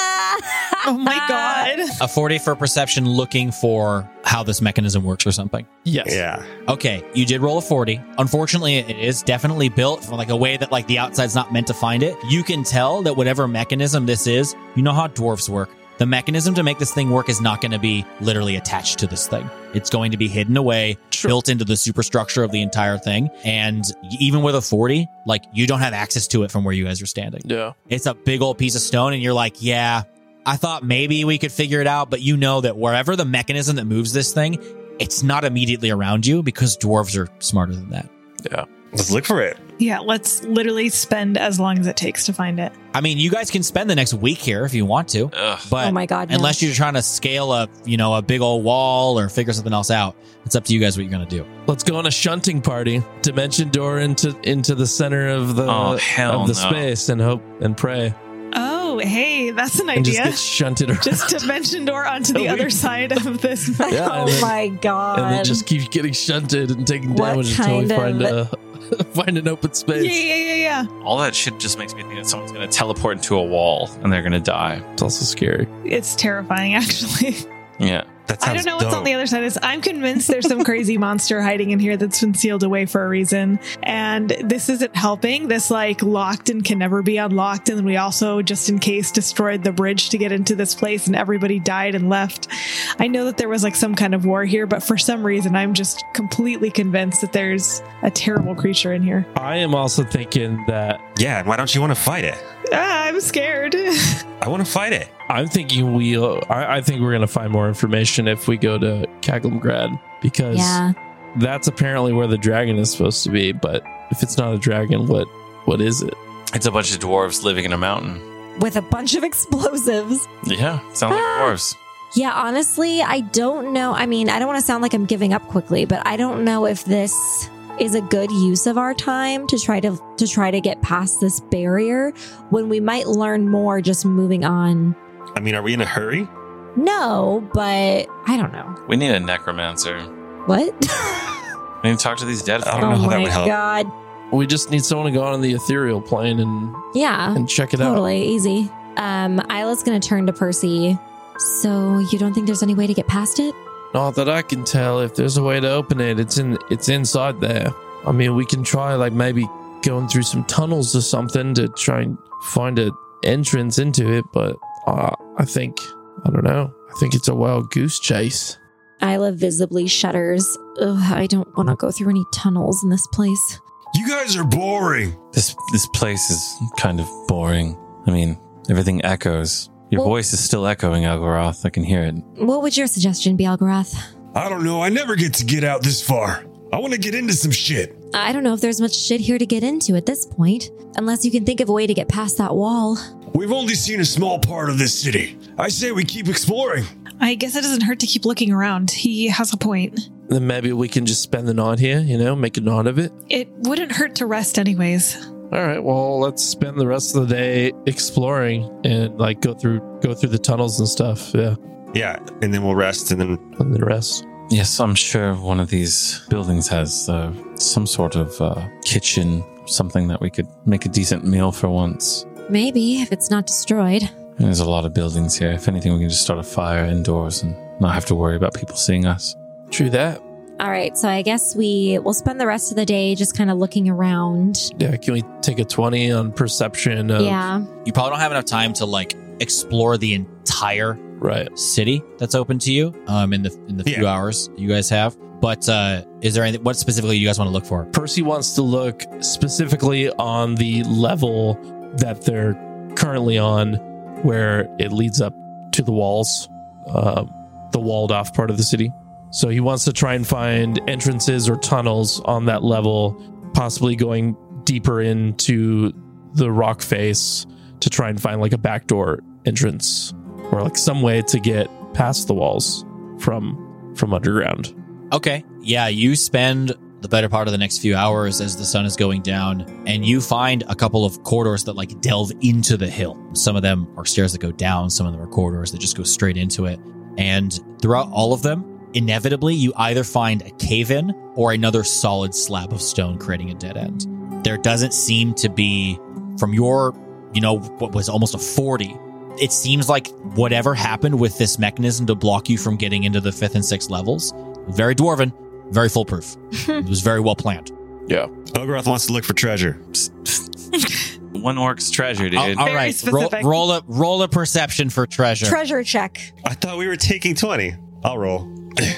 Oh my god.
A 40 for perception looking for how this mechanism works or something.
Yes.
Yeah.
Okay, you did roll a 40. Unfortunately, it is definitely built from like a way that like the outside's not meant to find it. You can tell that whatever mechanism this is, you know how dwarves work. The mechanism to make this thing work is not going to be literally attached to this thing. It's going to be hidden away, built into the superstructure of the entire thing. And even with a 40, like you don't have access to it from where you guys are standing.
Yeah.
It's a big old piece of stone, and you're like, yeah, I thought maybe we could figure it out, but you know that wherever the mechanism that moves this thing, it's not immediately around you because dwarves are smarter than that.
Let's look for it.
Yeah, let's literally spend as long as it takes to find it.
I mean, you guys can spend the next week here if you want to,
Ugh.
but
oh my god! no.
unless you're trying to scale up, you know, a big old wall or figure something else out, it's up to you guys what you're gonna do.
Let's go on a shunting party. Dimension door into into the center of the
Oh, hell
Uh, of the
no.
space and hope and pray
Oh, hey, that's an
and just
idea.
get shunted around.
Just dimension door onto the other side of this.
Yeah, and
oh
then-
my god!
and then just keep getting shunted and taking
What
damage until we
kind
find
of-
a, Find an open
Yeah,
space.
yeah, yeah, yeah.
All that shit just makes me think that someone's going to teleport into a wall and they're going to die.
It's also scary.
It's terrifying, actually.
Yeah.
That
I
sounds
don't know what's
dope.
on the other side of this. I'm convinced there's some crazy monster hiding in here that's been sealed away for a reason. And this isn't helping. This, like, locked and can never be unlocked. And we also, just in case, destroyed the bridge to get into this place and everybody died and left. I know that there was, like, some kind of war here, but for some reason, I'm just completely convinced that there's a terrible creature in here.
I am also thinking that
Yeah, and why don't you want to fight it?
Ah, I'm scared.
I want to fight it.
I'm thinking we. I, I think we're gonna find more information if we go to Kaglimgrad because
Yeah.
that's apparently where the dragon is supposed to be. But if it's not a dragon, what what is it?
It's a bunch of dwarves living in a mountain.
With a bunch of explosives.
Yeah. Sounds like
Ah.
dwarves.
Yeah, honestly, I don't know. I mean, I don't want to sound like I'm giving up quickly, but I don't know if this is a good use of our time to try to to try to get past this barrier when we might learn more just moving on.
I mean, are we in a hurry?
No, but I don't know.
We need a necromancer.
What?
We need to talk to these dead
I
folk.
don't
oh
know how that
my
would help.
god.
We just need someone to go on the ethereal plane and
Yeah.
and check it out.
Totally easy. Um Isla's going to turn to Percy. So, you don't think there's any way to get past it?
Not that I can tell. If there's a way to open it, it's in it's inside there. I mean, we can try like maybe going through some tunnels or something to try and find an entrance into it. But uh, I think I don't know. I think it's a wild goose chase.
Isla visibly shudders. Ugh, I don't want to go through any tunnels in this place.
You guys are boring.
This this place is kind of boring. I mean, everything echoes. Your
Well-
voice is still echoing, Algaroth. I can hear it.
What would your suggestion be, Algarath?
I don't know. I never get to get out this far. I want to get into some shit.
I don't know if there's much shit here to get into at this point, unless you can think of a way to get past that wall.
We've only seen a small part of this city. I say we keep exploring.
I guess it doesn't hurt to keep looking around. He has a point.
Then maybe we can just spend the night here. You know, make a night of it.
It wouldn't hurt to rest, anyways.
All right. Well, let's spend the rest of the day exploring and like go through go through the tunnels and stuff. Yeah,
Yeah, and then we'll rest and then
and the rest.
Yes, I'm sure one of these buildings has uh, some sort of uh, kitchen, something that we could make a decent meal for once.
Maybe, if it's not destroyed.
There's a lot of buildings here. If anything, we can just start a fire indoors and not have to worry about people seeing us.
True that.
All right, so I guess we will spend the rest of the day just kind of looking around.
Yeah. Can we take a twenty on perception? Of,
yeah.
You probably don't have enough time to like explore the entire
Right.
city that's open to you um, in the in the few
Yeah.
hours you guys have. But uh, is there any, what specifically you guys want to look for?
Percy wants to look specifically on the level that they're currently on, where it leads up to the walls, um, the walled off part of the city. So he wants to try and find entrances or tunnels on that level, possibly going deeper into the rock face to try and find like a backdoor entrance or like some way to get past the walls from from underground.
Okay. Yeah, you spend the better part of the next few hours as the sun is going down, and you find a couple of corridors that like delve into the hill. Some of them are stairs that go down, some of them are corridors that just go straight into it. And throughout all of them, inevitably, you either find a cave in or another solid slab of stone creating a dead end. There doesn't seem to be, from your, you know, what was almost a 40 it seems like whatever happened with this mechanism to block you from getting into the fifth and sixth levels, very dwarven, very foolproof. it was very well planned.
Ogaroth wants to look for treasure.
One orc's treasure, dude.
All- all
Very
right, roll,
specific.
roll a roll a perception for treasure.
Treasure check.
I thought we were taking 20. I'll roll.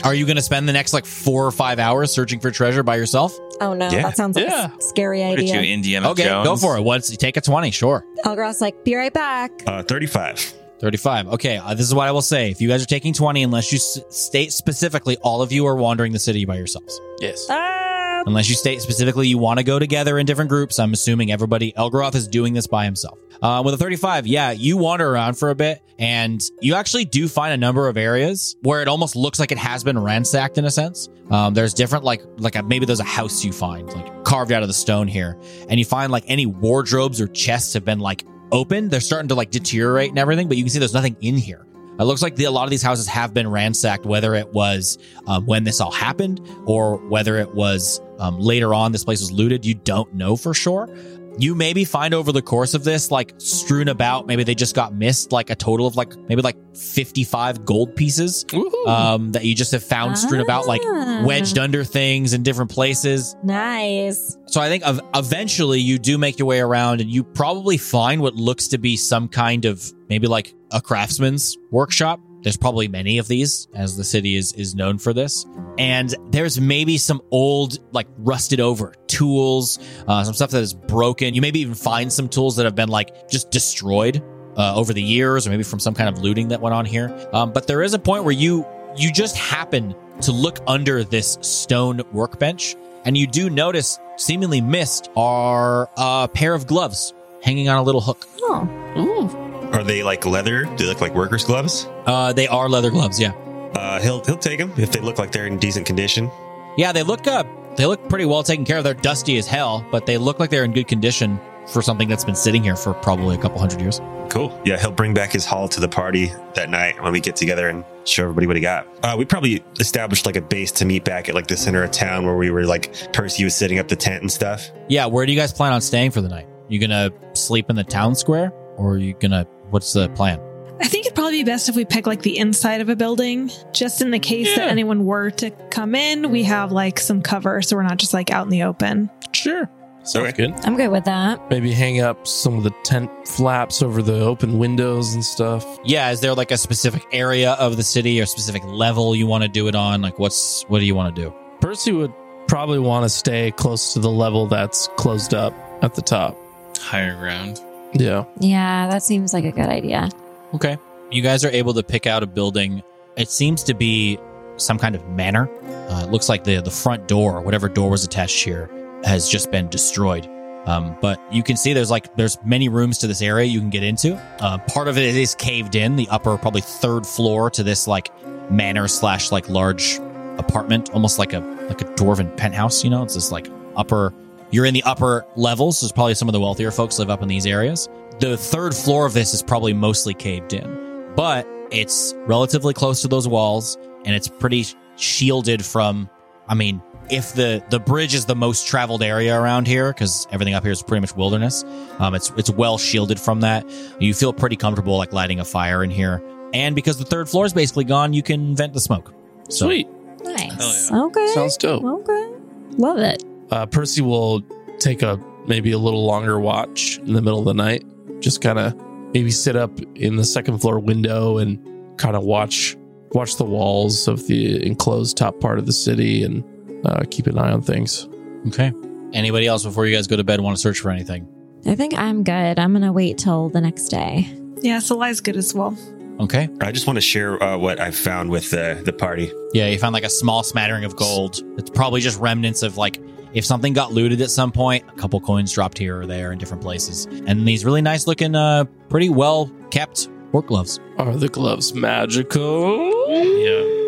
Are you going to spend the next like four or five hours searching for treasure by yourself?
Oh no,
Yeah.
that sounds like
Yeah.
a s- scary
Look at you,
idea.
Indiana
okay,
Jones.
go for it. Once you take a twenty, sure.
Algarath's like, be right back.
Uh, 35.
35. Okay, uh, this is what I will say. If you guys are taking 20, unless you s- state specifically all of you are wandering the city by yourselves.
Yes.
Ah.
Unless you state specifically you want to go together in different groups, I'm assuming everybody, Elgaroth is doing this by himself. Uh, with a 35, yeah, you wander around for a bit and you actually do find a number of areas where it almost looks like it has been ransacked in a sense. Um, there's different, like, like a, maybe there's a house you find, like carved out of the stone here, and you find like any wardrobes or chests have been like opened. They're starting to like deteriorate and everything, but you can see there's nothing in here. It looks like the, a lot of these houses have been ransacked, whether it was um, when this all happened or whether it was um, later on this place was looted. You don't know for sure. You maybe find over the course of this, like strewn about, maybe they just got missed, like a total of like maybe like 55 gold pieces um, that you just have found strewn about, like
Ah.
wedged under things in different places.
Nice.
So I think ev- eventually you do make your way around and you probably find what looks to be some kind of maybe like a craftsman's workshop. There's probably many of these as the city is is known for this. And there's maybe some old like rusted over tools, uh, some stuff that is broken. You maybe even find some tools that have been like just destroyed uh, over the years or maybe from some kind of looting that went on here. Um, but there is a point where you you just happen to look under this stone workbench and you do notice, seemingly missed, are a pair of gloves hanging on a little hook.
Oh,
Are they like leather? Do they look like workers' gloves?
Uh, they are leather gloves, yeah,
Uh, he'll he'll take them if they look like they're in decent condition.
yeah. They look uh, they look pretty well taken care of. They're dusty as hell, but they look like they're in good condition for something that's been sitting here for probably a couple hundred years.
Cool. Yeah, he'll bring back his haul to the party that night when we get together and show everybody what he got. Uh, we probably established like a base to meet back at like the center of town where we were like Percy was setting up the tent and stuff.
Yeah, where do you guys plan on staying for the night? You gonna sleep in the town square, or are you gonna? What's the plan?
I think it'd probably be best if we pick like the inside of a building, just in the case that anyone were to come in. We have like some cover, so we're not just like out in the open.
Sure. Sounds
Okay.
good.
I'm good with that.
Maybe hang up some of the tent flaps over the open windows and stuff.
Yeah, is there like a specific area of the city or specific level you want to do it on? Like, what's what do you want to do?
Percy would probably want to stay close to the level that's closed up at the top.
Higher ground.
Yeah.
Yeah, that seems like a good idea.
Okay. You guys are able to pick out a building. It seems to be some kind of manor. Uh, it looks like the, the front door, whatever door was attached here, has just been destroyed. Um, but you can see there's like there's many rooms to this area you can get into. Uh, part of it is caved in, the upper probably third floor to this like manor slash like large apartment, almost like a like a dwarven penthouse. You know, it's this like upper. You're in the upper levels. So there's probably some of the wealthier folks live up in these areas the third floor of this is probably mostly caved in, but it's relatively close to those walls and it's pretty shielded from. I mean, if the the bridge is the most traveled area around here, because everything up here is pretty much wilderness, um, it's it's well shielded from that. You feel pretty comfortable like lighting a fire in here, and because the third floor is basically gone, you can vent the smoke. So,
Sweet.
Nice.
Hell
Okay.
Sounds dope.
okay. Love it.
Uh, Percy will take a maybe a little longer watch in the middle of the night. Just kind of maybe sit up in the second floor window and kind of watch watch the walls of the enclosed top part of the city and uh, keep an eye on things.
Okay. Anybody else before you guys go to bed want to search for anything?
I think I'm good. I'm gonna wait till the next day.
Yeah, so lie's good as well.
Okay.
I just want to share uh, what I found with the the party.
Yeah, you found like a small smattering of gold. It's probably just remnants of like if something got looted at some point, a couple coins dropped here or there in different places. And these really nice looking, uh, pretty well kept work gloves.
Are the gloves magical?
Yeah.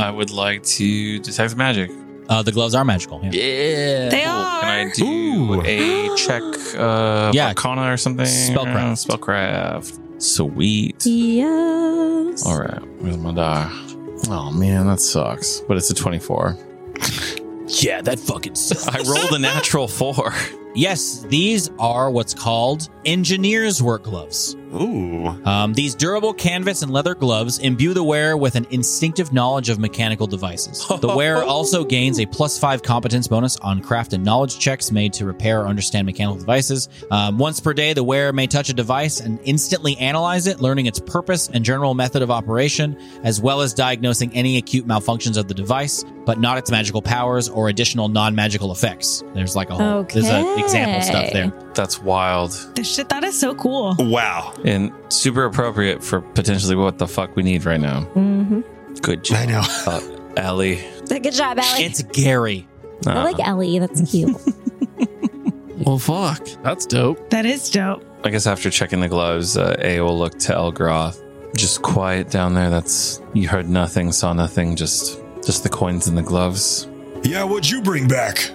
I would like to detect magic.
Uh, the gloves are magical. Yeah.
Yeah.
They
Cool.
are.
Can I do
Ooh.
a check? Uh,
Yeah.
Arcana or something?
Spellcraft.
Uh, spellcraft. Sweet.
Yes.
All right. Where's my die? Oh man, that sucks. But it's a twenty-four.
Yeah, that fucking sucks.
I rolled a natural four.
yes, these are what's called engineer's work gloves.
Ooh,
Um, these durable canvas and leather gloves imbue the wearer with an instinctive knowledge of mechanical devices. The wearer also gains a plus five competence bonus on craft and knowledge checks made to repair or understand mechanical devices. Um, once per day, the wearer may touch a device and instantly analyze it, learning its purpose and general method of operation, as well as diagnosing any acute malfunctions of the device, but not its magical powers or additional non magical effects. There's like a whole, there's a
Okay.
example stuff there.
That's wild
This shit, that is so cool.
wow!
and super appropriate for potentially what the fuck we need right now.
hmm
Good
I
job,
know.
Ellie.
Good job, Ellie.
It's Gary.
Uh,
I like Ellie. That's cute.
Well, fuck. That's dope.
That is dope.
I guess after checking the gloves, uh, A will look to Elgroth. Just quiet down there. That's you heard nothing, saw nothing. Just just the coins in the gloves.
Yeah, what'd you bring back?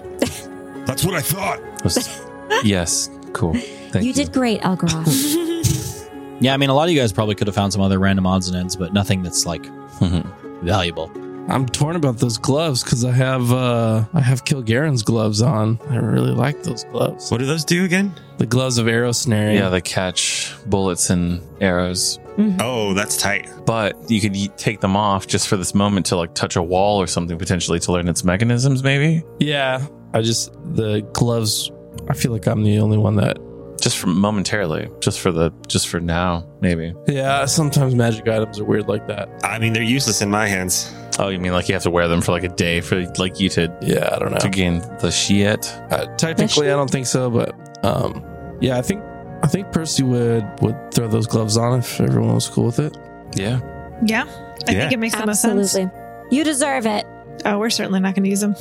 That's what I thought.
Was- yes, cool. Thank you.
you did great, Elgroth.
Yeah, I mean, a lot of you guys probably could have found some other random odds and ends, but nothing that's like
Mm-hmm.
valuable.
I'm torn about those gloves because I have uh I have Kilgaren's gloves on. I really like those gloves.
What do those do again?
The gloves of arrow snaring.
Yeah, they catch bullets and arrows.
Oh, that's tight.
But you could y- take them off just for this moment to like touch a wall or something potentially to learn its mechanisms, maybe.
yeah. I just the gloves I feel like I'm the only one that
Just for momentarily, just for the just for now, maybe.
Yeah, sometimes magic items are weird like that.
I mean, they're useless in my hands.
Oh, you mean like you have to wear them for like a day for like you to
Yeah, I don't know.
to gain the shit?
Uh, technically, I don't think so, but um, yeah, I think I think Percy would would throw those gloves on if everyone was cool with it.
Yeah.
Yeah. I
Yeah.
think it makes the most sense.
Absolutely. You deserve it.
Oh, we're certainly not going to use them.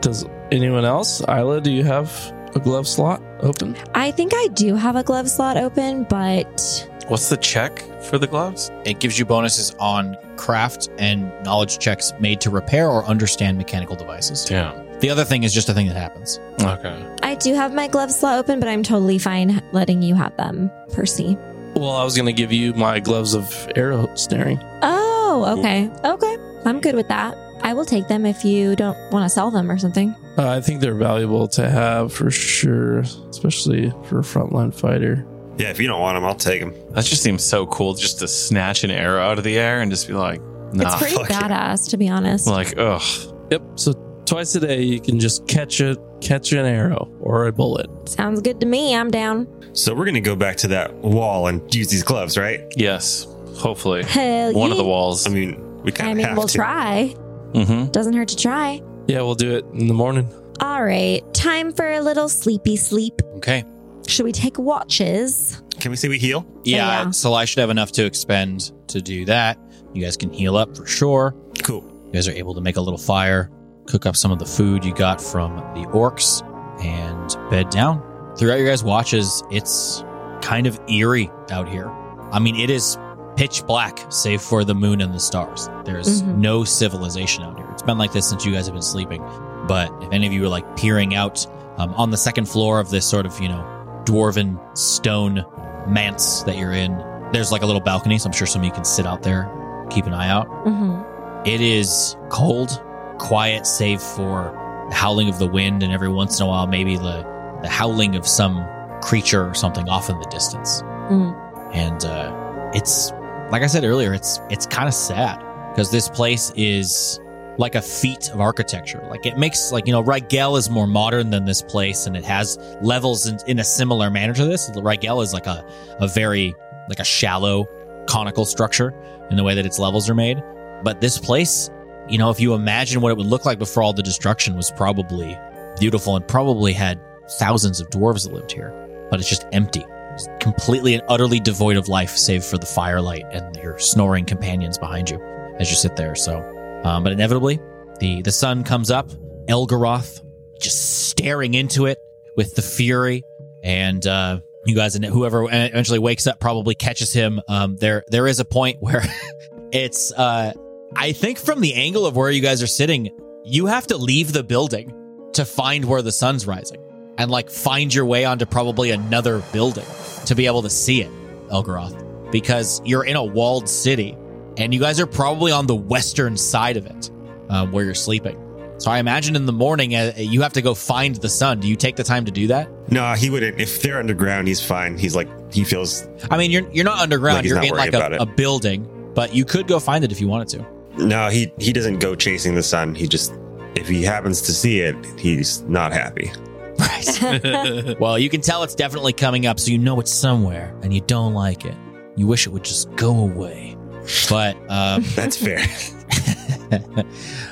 Does anyone else? Isla, do you have a glove slot open?
I think I do have a glove slot open, but
What's the check for the gloves?
It gives you bonuses on craft and knowledge checks made to repair or understand mechanical devices.
Damn.
The other thing is just a thing that happens.
Okay.
I do have my glove slot open, but I'm totally fine letting you have them, Percy.
Well, I was gonna give you my gloves of arrow snaring.
Oh, okay. Okay. I'm good with that. I will take them if you don't want to sell them or something.
Uh, I think they're valuable to have for sure, especially for a frontline fighter.
Yeah, if you don't want them, I'll take them.
That just seems so cool just to snatch an arrow out of the air and just be like, nah.
it's pretty
fuck yeah.
badass, to be honest.
like, ugh.
Yep. So twice a day, you can just catch a catch an arrow or a bullet.
Sounds good to me. I'm down.
So we're gonna go back to that wall and use these gloves, right?
Yes. Hopefully.
Hell
One of
yeah.
the walls.
I mean, we kind
I
of
mean,
have
we'll
to.
try.
mm-hmm.
Doesn't hurt to try.
Yeah, we'll do it in the morning.
All right. Time for a little sleepy sleep.
Okay.
Should we take watches?
Can we say we heal?
Yeah,
Yeah.
So I should have enough to expend to do that. You guys can heal up for sure.
Cool.
You guys are able to make a little fire, cook up some of the food you got from the orcs, and bed down. Throughout your guys' watches, it's kind of eerie out here. I mean, it is pitch black, save for the moon and the stars. There's
Mhm.
no civilization out here. It's been like this since you guys have been sleeping. But if any of you are like peering out um, on the second floor of this sort of, you know, dwarven stone manse that you're in, there's like a little balcony, so I'm sure some of you can sit out there, keep an eye out.
Mm-hmm.
It is cold, quiet, save for the howling of the wind, and every once in a while, maybe the, the howling of some creature or something off in the distance.
Mm.
And uh, it's like I said earlier, it's it's kind of sad because this place is like a feat of architecture. Like it makes like you know, Rigel is more modern than this place, and it has levels in, in a similar manner to this. Rigel is like a a very like a shallow conical structure in the way that its levels are made. But this place, you know, if you imagine what it would look like before all the destruction was probably beautiful and probably had thousands of dwarves that lived here. But it's just empty. It's completely and utterly devoid of life, save for the firelight and your snoring companions behind you as you sit there. So, um, but inevitably, the, the sun comes up, Elgaroth just staring into it with the fury. And uh, you guys, and whoever e-, eventually wakes up probably catches him. Um, there, There is a point where it's uh i think from the angle of where you guys are sitting you have to leave the building to find where the sun's rising and like find your way onto probably another building to be able to see it elgaroth because you're in a walled city and you guys are probably on the western side of it um, where you're sleeping so i imagine in the morning uh, you have to go find the sun do you take the time to do that
No, he wouldn't. If they're underground, he's fine. He's like, he feels.
i mean you're you're not underground
Like, he's
you're
not
in like
worried about
a,
it.
a building but you could go find it if you wanted to
No, he he doesn't go chasing the sun. He just, if he happens to see it, he's not happy.
right Well, you can tell it's definitely coming up, so you know it's somewhere, and you don't like it. You wish it would just go away. But um,
That's fair.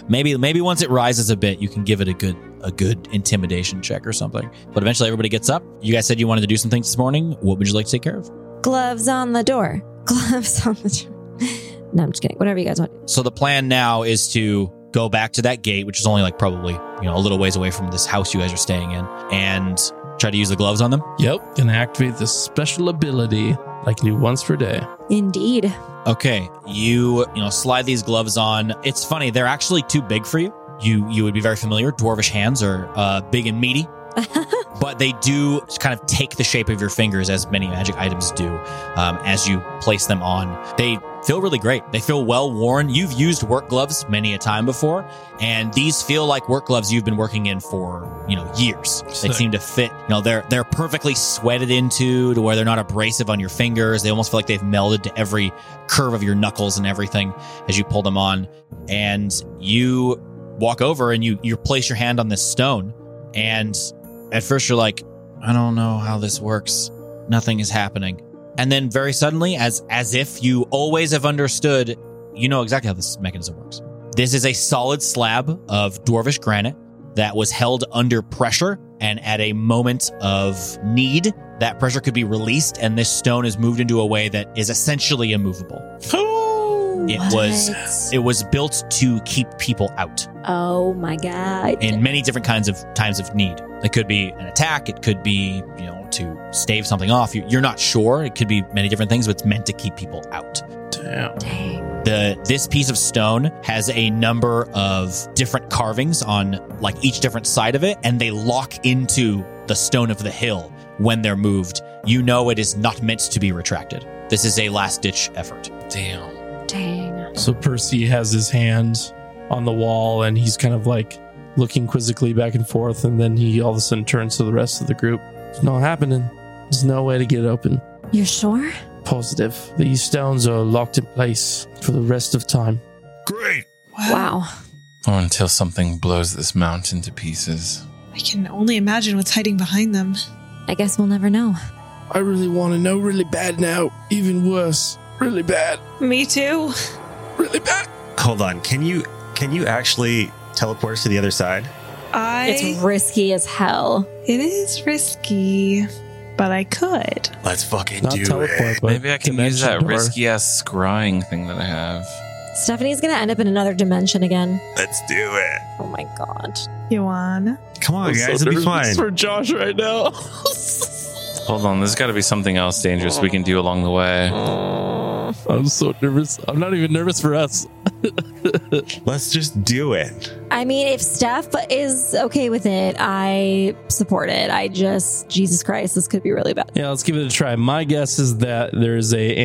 maybe maybe once it rises a bit, you can give it a good a good intimidation check or something. But eventually, everybody gets up. You guys said you wanted to do some things this morning. What would you like to take care of?
Gloves on the door. Gloves on the door. No, I'm just kidding. Whatever you guys want.
So the plan now is to go back to that gate, which is only like probably you know a little ways away from this house you guys are staying in, and try to use the gloves on them.
Yep, gonna activate this special ability I can do once per day.
Indeed.
Okay, you you know slide these gloves on. It's funny; they're actually too big for you. You you would be very familiar. Dwarvish hands are uh, big and meaty. but they do kind of take the shape of your fingers as many magic items do um, as you place them on. They feel really great. They feel well worn. You've used work gloves many a time before, and these feel like work gloves you've been working in for you know years. They
Sick.
seem to fit. You know they're they're perfectly sweated into to where they're not abrasive on your fingers. They almost feel like they've melded to every curve of your knuckles and everything as you pull them on. And you walk over and you you place your hand on this stone, and at first you're like, I don't know how this works. Nothing is happening. And then very suddenly, as as if you always have understood, you know exactly how this mechanism works. This is a solid slab of dwarvish granite that was held under pressure, and at a moment of need, that pressure could be released, and this stone is moved into a way that is essentially immovable. It was
What?
it was built to keep people out
Oh my god.
in many different kinds of times of need. It could be an attack. It could be, you know, to stave something off. You- You're not sure. It could be many different things, but it's meant to keep people out.
Damn.
Dang.
The this piece of stone has a number of different carvings on like each different side of it, and they lock into the stone of the hill when they're moved. You know it is not meant to be retracted. This is a last ditch effort.
Damn.
Dang.
So Percy has his hand on the wall and he's kind of like looking quizzically back and forth. And then he all of a sudden turns to the rest of the group. It's not happening. There's no way to get it open.
You're sure?
Positive. These stones are locked in place for the rest of time.
Great.
Wow.
Or Oh, until something blows this mountain to pieces.
I can only imagine what's hiding behind them.
I guess we'll never know.
I really want to know really bad now. Even worse. Really bad.
Me too.
Really bad.
Hold on. Can you can you actually teleport us to the other side?
I.
It's risky as hell.
it is risky, but I could.
Let's fucking
Not
do
teleport,
it.
but
Maybe I can use
dimension
that
door.
risky ass scrying thing that I have.
Stephanie's gonna end up in another dimension again.
Let's do it.
Oh my god.
You wanna?
Come on,
I'm so
guys. It'll be
nervous
fine.
for Josh right now.
Hold on, there's got to be something else dangerous we can do along the way.
I'm so nervous. I'm not even nervous for us.
Let's just do it.
I mean, if Steph is okay with it, I support it. I just, Jesus Christ, this could be really bad.
Yeah, let's give it a try. My guess is that there's a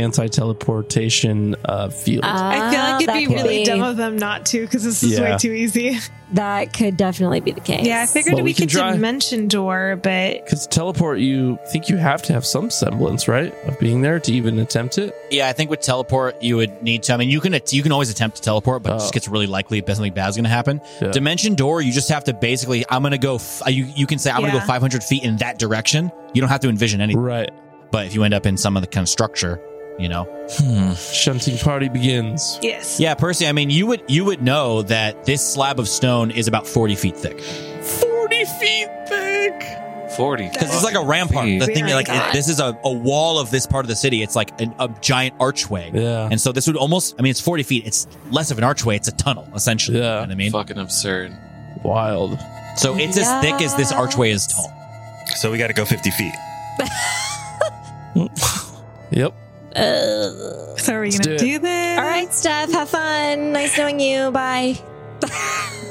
anti-teleportation uh, field.
I feel like
Ah,
it'd
that
be
could
really dumb of them not to, because this is
Yeah.
way too easy.
That could definitely be the case.
Yeah, I figured
Well,
we,
we can
could
try.
dimension door, but
Because teleport, you think you have to have some semblance, right, of being there to even attempt it.
Yeah, I think with teleport you would need to. I mean, you can you can always attempt to teleport, but it
Oh.
just gets really likely that something bad's going to happen.
Yeah.
Dimension door, you just have to basically. I'm going to go. F- you you can say I'm going to
Yeah.
go 500 feet in that direction. You don't have to envision anything.
Right.
But if you end up in some other kind of structure, you know.
Hmm.
Shunting party begins.
yes.
Yeah, Percy. I mean, you would you would know that this slab of stone is about 40 feet thick
Forty feet thick.
40.
because it's like a rampart. The thing
Oh my
like it,
God.
this is a, a wall of this part of the city. It's like an, a giant archway.
Yeah.
And so this would almost, I mean, it's 40 feet. It's less of an archway. It's a tunnel, essentially. You know
Yeah.
what I mean?
Fucking absurd.
Wild.
So it's as thick as this archway is tall.
So we got to go 50 feet.
Yep.
Ugh.
So are we
Let's
gonna
do
do,
it.
this?
All right, Steph, have fun. Nice knowing you. Bye.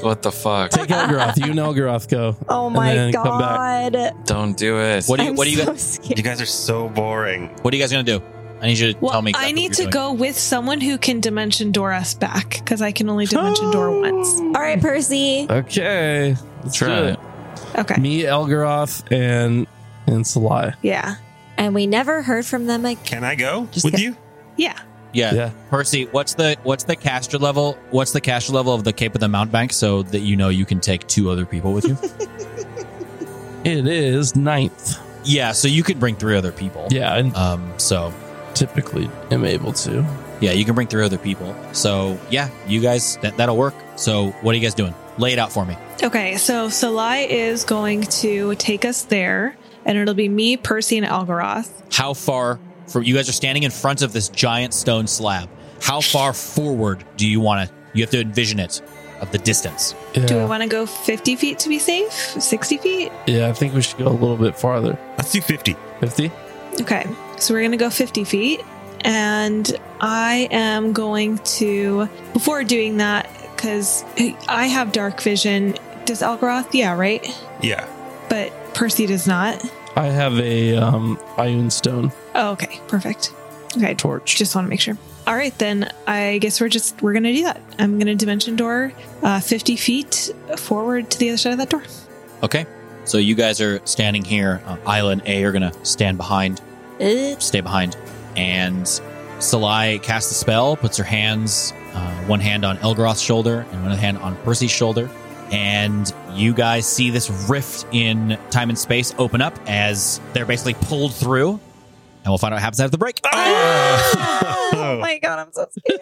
What the fuck?
Take Elgaroth. You and Elgaroth go.
Oh
And
my
then come
god.
Don't do it.
What do you,
I'm
what do you,
so
guys-
scared.
You guys are so boring.
what are you guys going to do? I need you to
Well,
tell me.
I
exactly
need
what
to
you're doing.
go with someone who can dimension door us back, because I can only dimension door once.
All right, Percy.
Okay. Let's
Try
do
it.
Okay.
Me, Elgaroth, and and Salai.
Yeah.
And we never heard from them again.
Can I go
Just
with
get-
you?
Yeah.
Yeah.
Yeah.
Percy, what's the, what's the caster level? What's the caster level of the Cape of the Mountebank so that you know you can take two other people with you?
It is ninth.
yeah. So you could bring three other people.
Yeah, and
Um, so
typically am able to.
Yeah, you can bring three other people. So yeah, you guys that that'll work. So what are you guys doing? Lay it out for me.
Okay, so Salai is going to take us there, and it'll be me, Percy, and Algaroth.
How far from you guys are standing in front of this giant stone slab? How far forward do you want to? You have to envision it of the distance.
Yeah.
Do we want to go 50 feet to be safe? 60 feet?
yeah, I think we should go a little bit farther.
Let's do 50.
Fifty.
Okay, so we're going to go 50 feet. And I am going to, before doing that, because I have dark vision. Does Algaroth? Yeah, right?
Yeah.
But Percy does not.
I have a um, Ioun stone
Oh, okay. Perfect. Okay.
torch.
Just want to make sure. All right, then I guess we're just we're gonna do that. I'm gonna dimension door uh, 50 feet forward to the other side of that door.
Okay. So you guys are standing here. Uh, Isla and A are going to stand behind, stay behind. And Salai casts the spell, puts her hands, uh, one hand on Elgroth's shoulder and one hand on Percy's shoulder. And you guys see this rift in time and space open up as they're basically pulled through. And we'll find out what happens after the break.
oh my god, I'm so scared.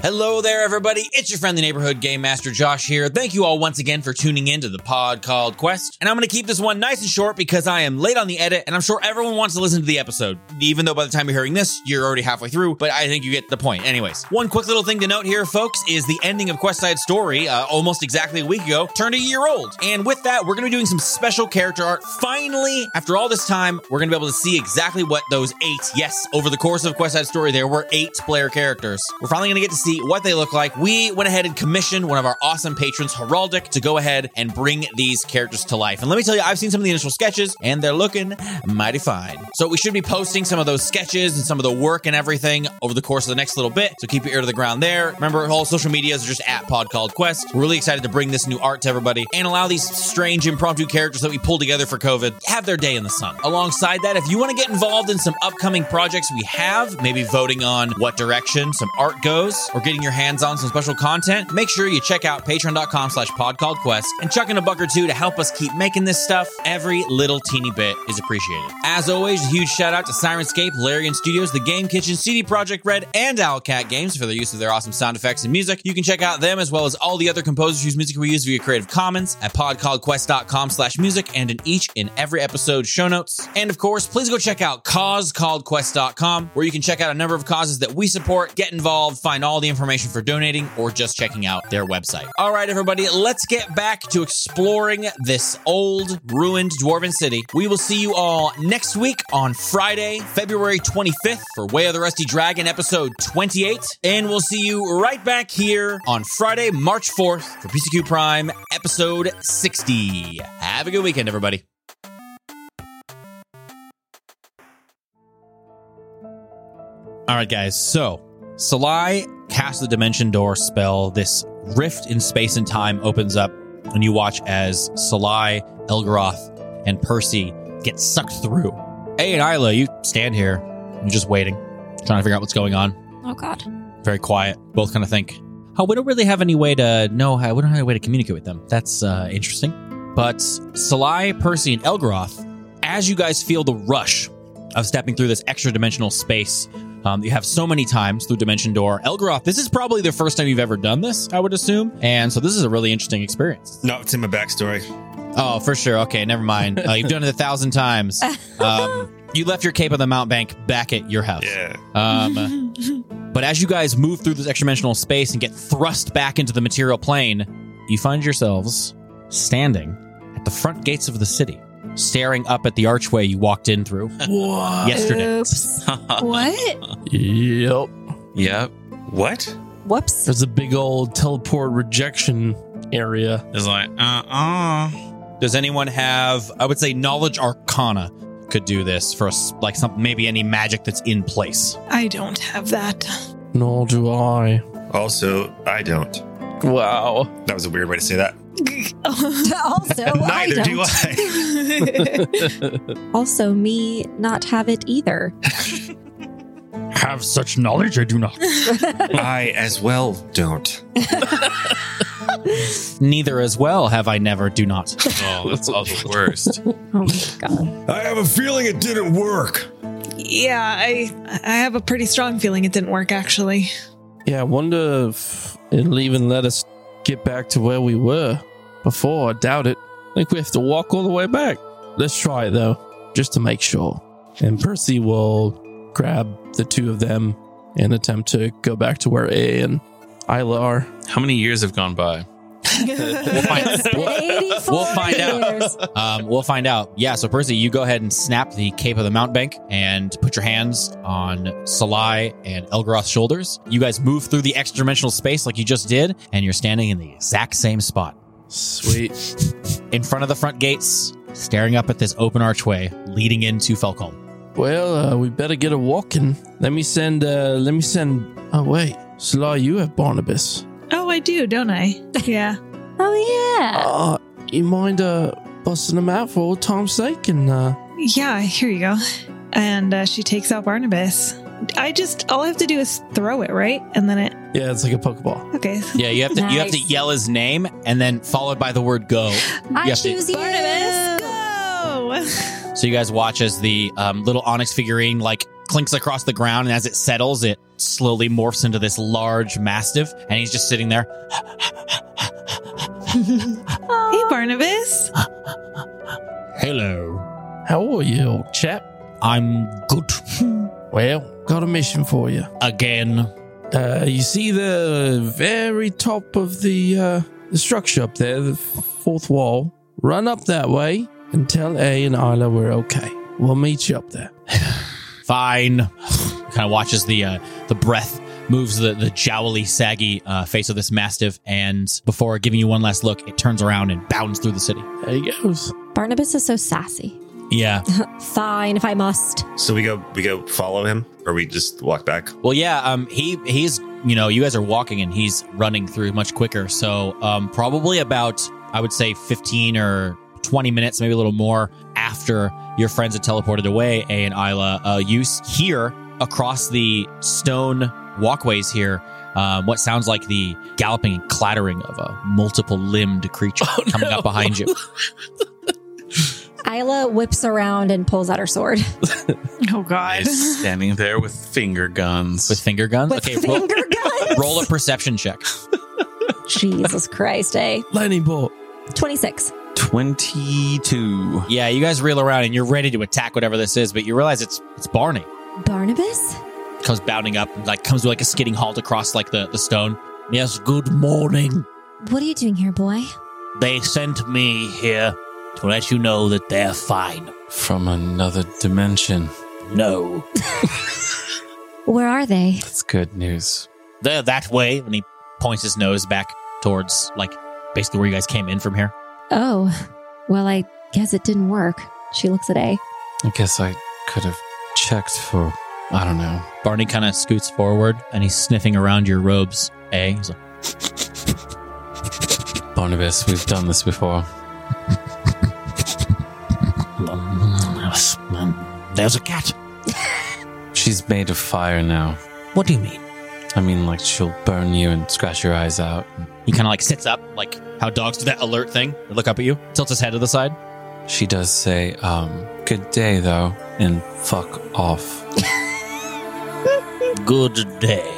Hello there, everybody. It's your friendly neighborhood game master Josh here. Thank you all once again for tuning in to the pod called Quest. And I'm going to keep this one nice and short because I am late on the edit and I'm sure everyone wants to listen to the episode. Even though by the time you're hearing this, you're already halfway through, but I think you get the point. Anyways, one quick little thing to note here, folks, is the ending of Quest Side Story, uh, almost exactly a week ago, turned a year old. And with that, we're going to be doing some special character art. Finally, after all this time, we're going to be able to see exactly what those eight, yes, over the course of Quest Side Story, there were eight player characters. We're finally going to get to see what they look like. We went ahead and commissioned one of our awesome patrons, Heraldic, to go ahead and bring these characters to life. And let me tell you, I've seen some of the initial sketches and they're looking mighty fine. So we should be posting some of those sketches and some of the work and everything over the course of the next little bit. So keep your ear to the ground there. Remember, all social medias are just at Pod Called Quest. We're really excited to bring this new art to everybody and allow these strange impromptu characters that we pulled together for COVID have their day in the sun. Alongside that, if you want to get involved in some upcoming projects we have, maybe voting on what direction some art goes or getting your hands on some special content, make sure you check out patreon.com slash pod called quest and chuck in a buck or two to help us keep making this stuff. Every little teeny bit is appreciated. As always, a huge shout out to Sirenscape, Larian Studios, The Game Kitchen, CD Project Red, and Owlcat Games for their use of their awesome sound effects and music. You can check out them as well as all the other composers whose music we use via Creative Commons at podcallquest.com slash music and in each and every episode show notes. And of course, please go check out causecalledquest.com where you can check out a number of causes that we support, get involved, find all the information for donating, or just checking out their website. All right, everybody, let's get back to exploring this old, ruined Dwarven city. We will see you all next week on Friday, February 25th for Way of the Rusty Dragon episode 28. And we'll see you right back here on Friday, March 4th for PCQ Prime episode 60. Have a good weekend, everybody. All right, guys. So, Salai casts the Dimension Door spell. This rift in space and time opens up, and you watch as Salai, Elgaroth, and Percy get sucked through. Hey, and Isla, you stand here. You're just waiting, trying to figure out what's going on.
Oh god.
Very quiet. Both kind of think, "Oh, we don't really have any way to know. How, we don't have any way to communicate with them. That's uh, interesting." But Salai, Percy, and Elgaroth, as you guys feel the rush of stepping through this extra dimensional space um, you have so many times through Dimension Door. Elgaroth, this is probably the first time you've ever done this, I would assume. And so this is a really interesting experience.
No, it's in my backstory.
Oh, for sure. Okay, never mind. Uh, you've done it a thousand times. Um, you left your cape on the Mount Bank back at your house.
Yeah.
Um, but as you guys move through this extra dimensional space and get thrust back into the material plane, you find yourselves standing at the front gates of the city, staring up at the archway you walked in through
What?
yesterday.
Oops.
What?
Yep.
yep.
What?
Whoops.
There's a big old teleport rejection area.
It's like, uh uh
Does anyone have? I would say knowledge arcana could do this for us, like some maybe any magic that's in place.
I don't have that.
Nor do I.
Also, I don't.
Wow.
That was a weird way to say that.
also, Oh, I
Neither
don't.
do I.
Also, me not have it either.
Have such knowledge? I do not.
I as well don't.
Neither as well have I. Never do not.
Oh, that's all the worst.
Oh my god.
I have a feeling it didn't work.
Yeah, I I have a pretty strong feeling it didn't work actually.
Yeah, I wonder if it'll even let us get back to where we were before. I doubt it. I think we have to walk all the way back. Let's try it though, just to make sure. And Percy will grab the two of them and attempt to go back to where A and Isla are.
How many years have gone by?
We'll find,
Oh,
It's been 84
we'll find out.
years.
um, we'll find out. Yeah, so Percy, you go ahead and snap the cape of the mountebank and put your hands on Salai and Elgaroth's shoulders. You guys move through the extra dimensional space like you just did, and you're standing in the exact same spot
Sweet.
in front of the front gates, staring up at this open archway leading into Felcom.
Well, uh, we better get a walking. Let me send. Uh, let me send. Oh wait, Sly, you have Barnabas.
Oh, I do, don't I? Yeah.
Oh, yeah.
Uh, you mind uh, busting them out for old time's sake? And uh,
Yeah, here you go. And uh, she takes out Barnabas. I just, all I have to do is throw it, right? And then it,
yeah, it's like a pokeball.
okay.
Yeah, you have to you have to
Nice.
yell his name and then followed by the word go.
I
You have to-
choose you.
Barnabas, go!
So you guys watch as the um, little onyx figurine like clinks across the ground, and as it settles, it slowly morphs into this large mastiff, and he's just sitting there.
Hey, Barnabas.
Hello,
How are you, old chap?
I'm good
Well, got a mission for you.
again.
Uh, you see the very top of the, uh, the structure up there, the f- fourth wall. Run up that way and tell A and Isla we're okay. We'll meet you up there.
Fine. kind of watches the uh, the breath moves the the jowly, saggy uh, face of this mastiff, and before giving you one last look, it turns around and bounds through the city.
There he goes.
Barnabas is so sassy.
Yeah.
Fine, if I must.
So we go we go follow him or we just walk back.
Well, yeah. Um, he he's you know you guys are walking and he's running through much quicker. So um, probably about I would say fifteen or twenty minutes, maybe a little more after your friends had teleported away. A and Isla, uh, you s- hear across the stone walkways here. Um, what sounds like the galloping and clattering of a multiple limbed creature
Oh,
coming up behind you.
Isla whips around and pulls out her sword.
Oh, God.
He's standing there with finger guns.
With finger guns?
With
okay, roll,
finger guns.
roll a perception check.
Jesus Christ, eh?
Lightning bolt.
26.
22.
Yeah, you guys reel around and you're ready to attack whatever this is, but you realize it's it's Barney.
Barnabas?
comes bounding up, and, like comes with like a skidding halt across like the, the stone. Yes, good morning.
What are you doing here, boy?
They sent me here to let you know that they're fine.
From another dimension.
No,
Where are they?
That's good news.
they're that way. And he points his nose back towards like basically where you guys came in from here.
Oh, well, I guess it didn't work. She looks at A.
I guess I could have checked for, I don't know.
Barney kind of scoots forward and he's sniffing around your robes. Eh? He's like,
Barnabas, we've done this before.
There's a cat.
She's made of fire now.
What do you mean?
I mean, like, she'll burn you and scratch your eyes out.
He kind of like sits up, like how dogs do that alert thing. They look up at you, tilts his head to the side.
She does say, um, good day, though, and fuck off.
Good day.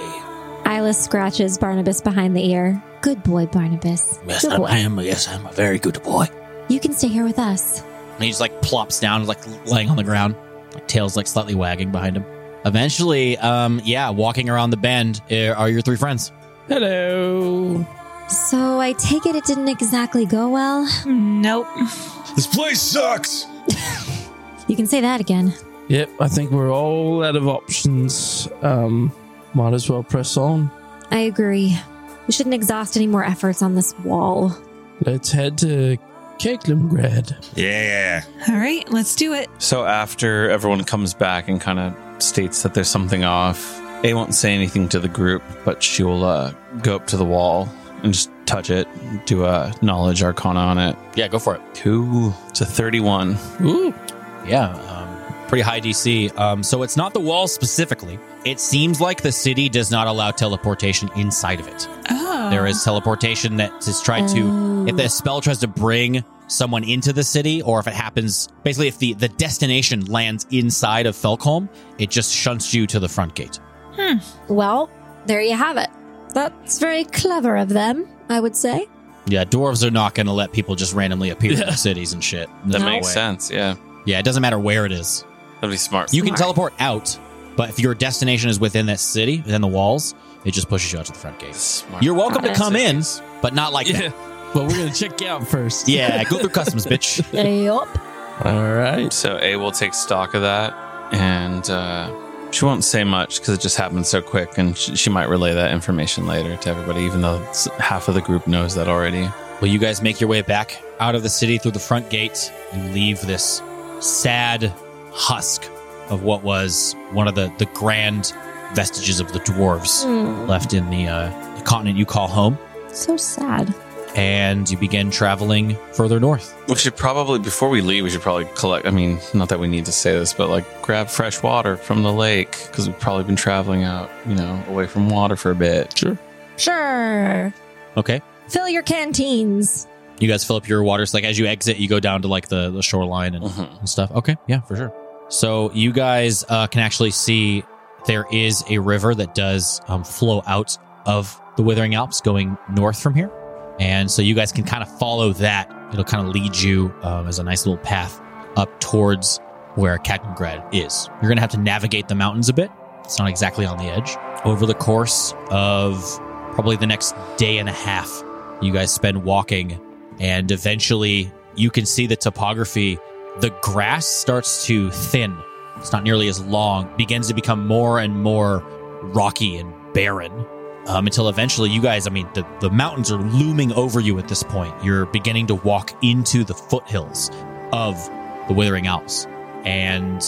Isla scratches Barnabas behind the ear. Good boy, Barnabas.
Yes,
Good
I'm,
boy.
I am. Yes, I'm a very good boy.
You can stay here with us.
And he just like plops down, like laying on the ground, like, tails like slightly wagging behind him. Eventually, um, yeah, walking around the bend eh, are your three friends.
Hello.
So I take it it didn't exactly go well.
Nope.
This place sucks.
You can say that again.
Yep, I think we're all out of options. Um, might as well press on.
I agree. We shouldn't exhaust any more efforts on this wall.
Let's head to Keklimgrad.
Yeah.
All right, let's do it.
So after everyone comes back and kind of states that there's something off, A won't say anything to the group, but she will uh, go up to the wall and just touch it, do a knowledge arcana on it.
Yeah, go for it.
Two to 31.
Ooh,
Yeah, um, pretty high DC. Um, so it's not the wall specifically. It seems like the city does not allow teleportation inside of it.
Oh.
There is teleportation that is tried to
Oh.
if the spell tries to bring someone into the city or if it happens basically if the, the destination lands inside of Felcombe, it just shunts you to the front gate.
Well, there you have it. That's very clever of them, I would say.
Yeah, dwarves are not going to let people just randomly appear in
Yeah.
their cities and shit.
That
No.
makes sense. Yeah.
Yeah, it doesn't matter where it is.
That'd be smart.
You can
Smart.
teleport out, but if your destination is within that city, within the walls, it just pushes you out to the front gate.
smart.
You're welcome to
Got it.
come in, but not like that.
but we're gonna check you out first.
Yeah, go through customs, bitch.
Yup.
All right.
So A will take stock of that, and uh, she won't say much because it just happened so quick, and she, she might relay that information later to everybody, even though s- half of the group knows that already.
Well, you guys make your way back out of the city through the front gate. You leave this sad husk of what was one of the, the grand vestiges of the dwarves
Hmm.
left in the, uh, the continent you call home.
So sad.
And you begin traveling further north.
We should probably, before we leave, we should probably collect. I mean, not that we need to say this, but like grab fresh water from the lake because we've probably been traveling out, you know, away from water for a bit.
Sure.
Sure.
Okay.
Fill your canteens.
You guys fill up your waters. Like as you exit, you go down to like the, the shoreline and,
Mhm.
and stuff. Okay. Yeah, for sure. So you guys uh, can actually see there is a river that does um, flow out of the Withering Alps going north from here. And so you guys can kind of follow that. It'll kind of lead you um, as a nice little path up towards where Kakengrad is. You're going to have to navigate the mountains a bit. It's not exactly on the edge. Over the course of probably the next day and a half, you guys spend walking, and eventually you can see the topography. The grass starts to thin. It's not nearly as long, begins to become more and more rocky and barren um, until eventually you guys, I mean, the, the mountains are looming over you at this point. You're beginning to walk into the foothills of the Withering Alps. And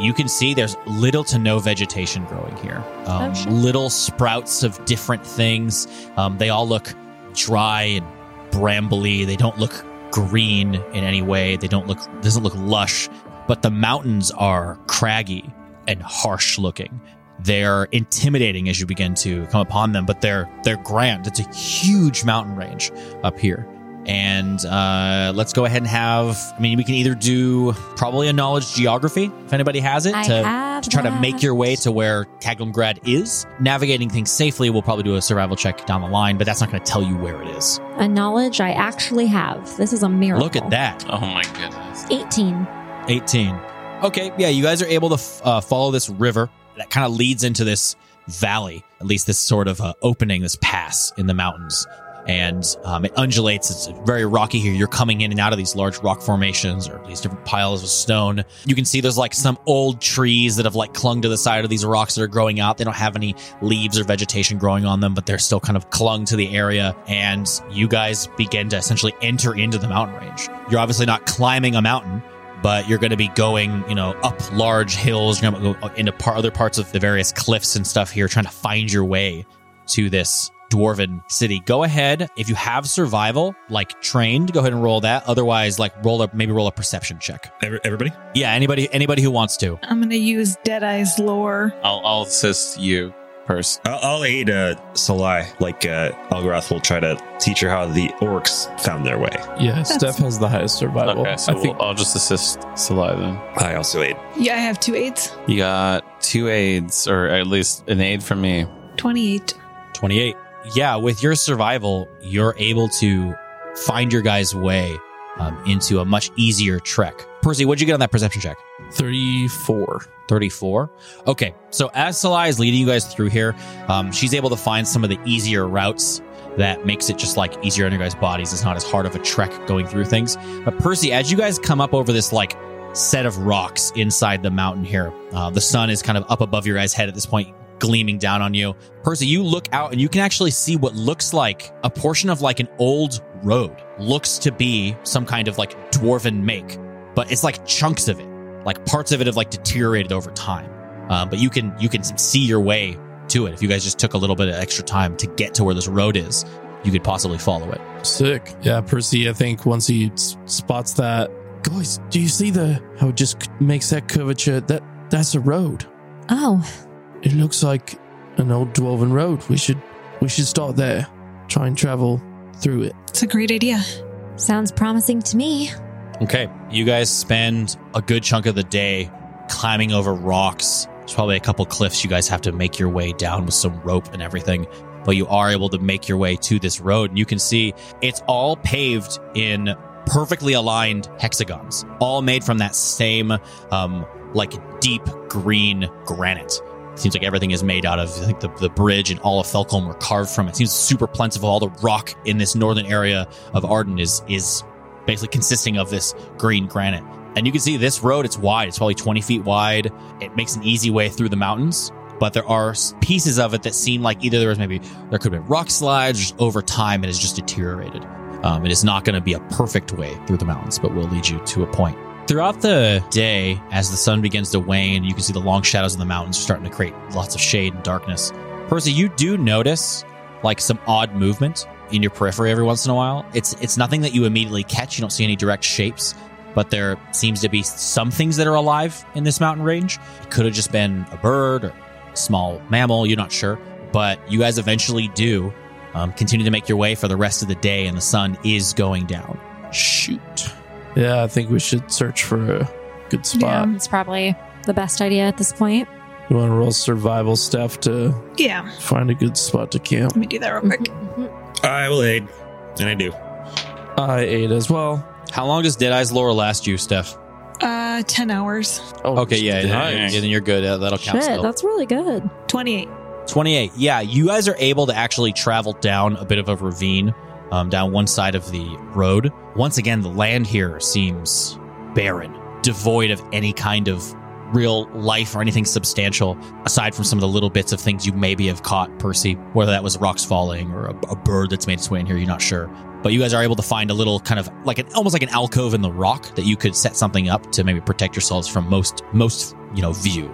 you can see there's little to no vegetation growing here. Um,
Oh, shit.
little sprouts of different things. Um, they all look dry and brambly. They don't look green in any way. They don't look doesn't look lush, but the mountains are craggy and harsh looking. They're intimidating as you begin to come upon them, but they're they're grand. It's a huge mountain range up here. And uh, let's go ahead and have. I mean, we can either do probably a knowledge geography if anybody has it
I
to
have
to try to make
that.
your way to where Kaglumgrad is. Navigating things safely, we'll probably do a survival check down the line, but that's not going to tell you where it is.
a knowledge I actually have. This is a miracle.
Look at that.
Oh my goodness.
18.
18. Okay, yeah, you guys are able to f- uh, follow this river that kind of leads into this valley, at least this sort of uh, opening, this pass in the mountains. And um, it undulates. It's very rocky here. You're coming in and out of these large rock formations or these different piles of stone. You can see there's like some old trees that have like clung to the side of these rocks that are growing out. They don't have any leaves or vegetation growing on them, but they're still kind of clung to the area. And you guys begin to essentially enter into the mountain range. You're obviously not climbing a mountain, but you're going to be going, you know, up large hills. You're going to go into par- other parts of the various cliffs and stuff here, trying to find your way to this dwarven city. Go ahead if you have survival, like trained, go ahead and roll that. Otherwise, like roll up, maybe roll a perception check.
Every- Everybody?
Yeah, anybody, anybody who wants to.
I'm gonna use Deadeye's lore.
I'll, I'll assist you first.
I'll, I'll aid uh, Salai. Like, uh, Algorath will try to teach her how the orcs found their way.
Yeah,
That's-
Steph has the highest survival.
okay, so
I think
we'll, I'll just assist Salai then.
I also aid.
Yeah, I have two eights.
You got two aids, or at least an aid from me.
28.
28. Yeah, with your survival, you're able to find your guy's way um, into a much easier trek. Percy, what'd you get on that perception check?
34.
34. Okay. So as Salai is leading you guys through here, um, she's able to find some of the easier routes that makes it just like easier on your guys' bodies. It's not as hard of a trek going through things. But Percy, as you guys come up over this like set of rocks inside the mountain here, uh, the sun is kind of up above your guys' head at this point, gleaming down on you. Percy, you look out and you can actually see what looks like a portion of like an old road. Looks to be some kind of like dwarven make, but it's like chunks of it like parts of it have like deteriorated over time um, but you can you can see your way to it if you guys just took a little bit of extra time to get to where this road is you could possibly follow it
Sick. Yeah, Percy, I think once he s- spots that, guys, do you see the how it just c- makes that curvature? That That's a road.
Oh,
It looks like an old dwarven road. We should we should start there. Try and travel through it.
It's a great idea.
sounds promising to me.
okay you guys spend a good chunk of the day climbing over rocks there's probably a couple cliffs you guys have to make your way down with some rope and everything but you are able to make your way to this road and you can see it's all paved in perfectly aligned hexagons all made from that same um, like deep green granite seems like everything is made out of I think the, the bridge and all of Felcombe were carved from it. Seems super plentiful. All the rock in this northern area of Arden is is basically consisting of this green granite. And you can see this road, it's wide. It's probably 20 feet wide. It makes an easy way through the mountains, but there are s- pieces of it that seem like either there was maybe, there could have been rock slides just over time. It has just deteriorated. Um, it is not going to be a perfect way through the mountains, but will lead you to a point. Throughout the day, as the sun begins to wane, you can see the long shadows of the mountains starting to create lots of shade and darkness. Percy, you do notice like some odd movement in your periphery every once in a while. It's it's nothing that you immediately catch. You don't see any direct shapes, but there seems to be some things that are alive in this mountain range. It could have just been a bird or a small mammal. You're not sure, but you guys eventually do um, continue to make your way for the rest of the day, and the sun is going down.
Shoot. Yeah, I think we should search for a good spot.
It's probably the best idea at this point.
You want to roll survival stuff to
Yeah,
find a good spot to camp.
let me do that real quick.
Mm-hmm.
I will aid. And I do.
I ate as well.
How long does Deadeye's lore last you, Steph?
Uh, ten hours,
Oh,
Okay, yeah,
Dang.
yeah, then you're good. Uh, that'll count.
Shit,
still.
that's really good.
twenty-eight.
28. Yeah, you guys are able to actually travel down a bit of a ravine, um, down one side of the road. Once again, the land here seems barren, devoid of any kind of real life or anything substantial, aside from some of the little bits of things you maybe have caught, Percy, whether that was rocks falling or a, a bird that's made its way in here, you're not sure. But you guys are able to find a little kind of like an almost like an alcove in the rock that you could set something up to maybe protect yourselves from most most you know view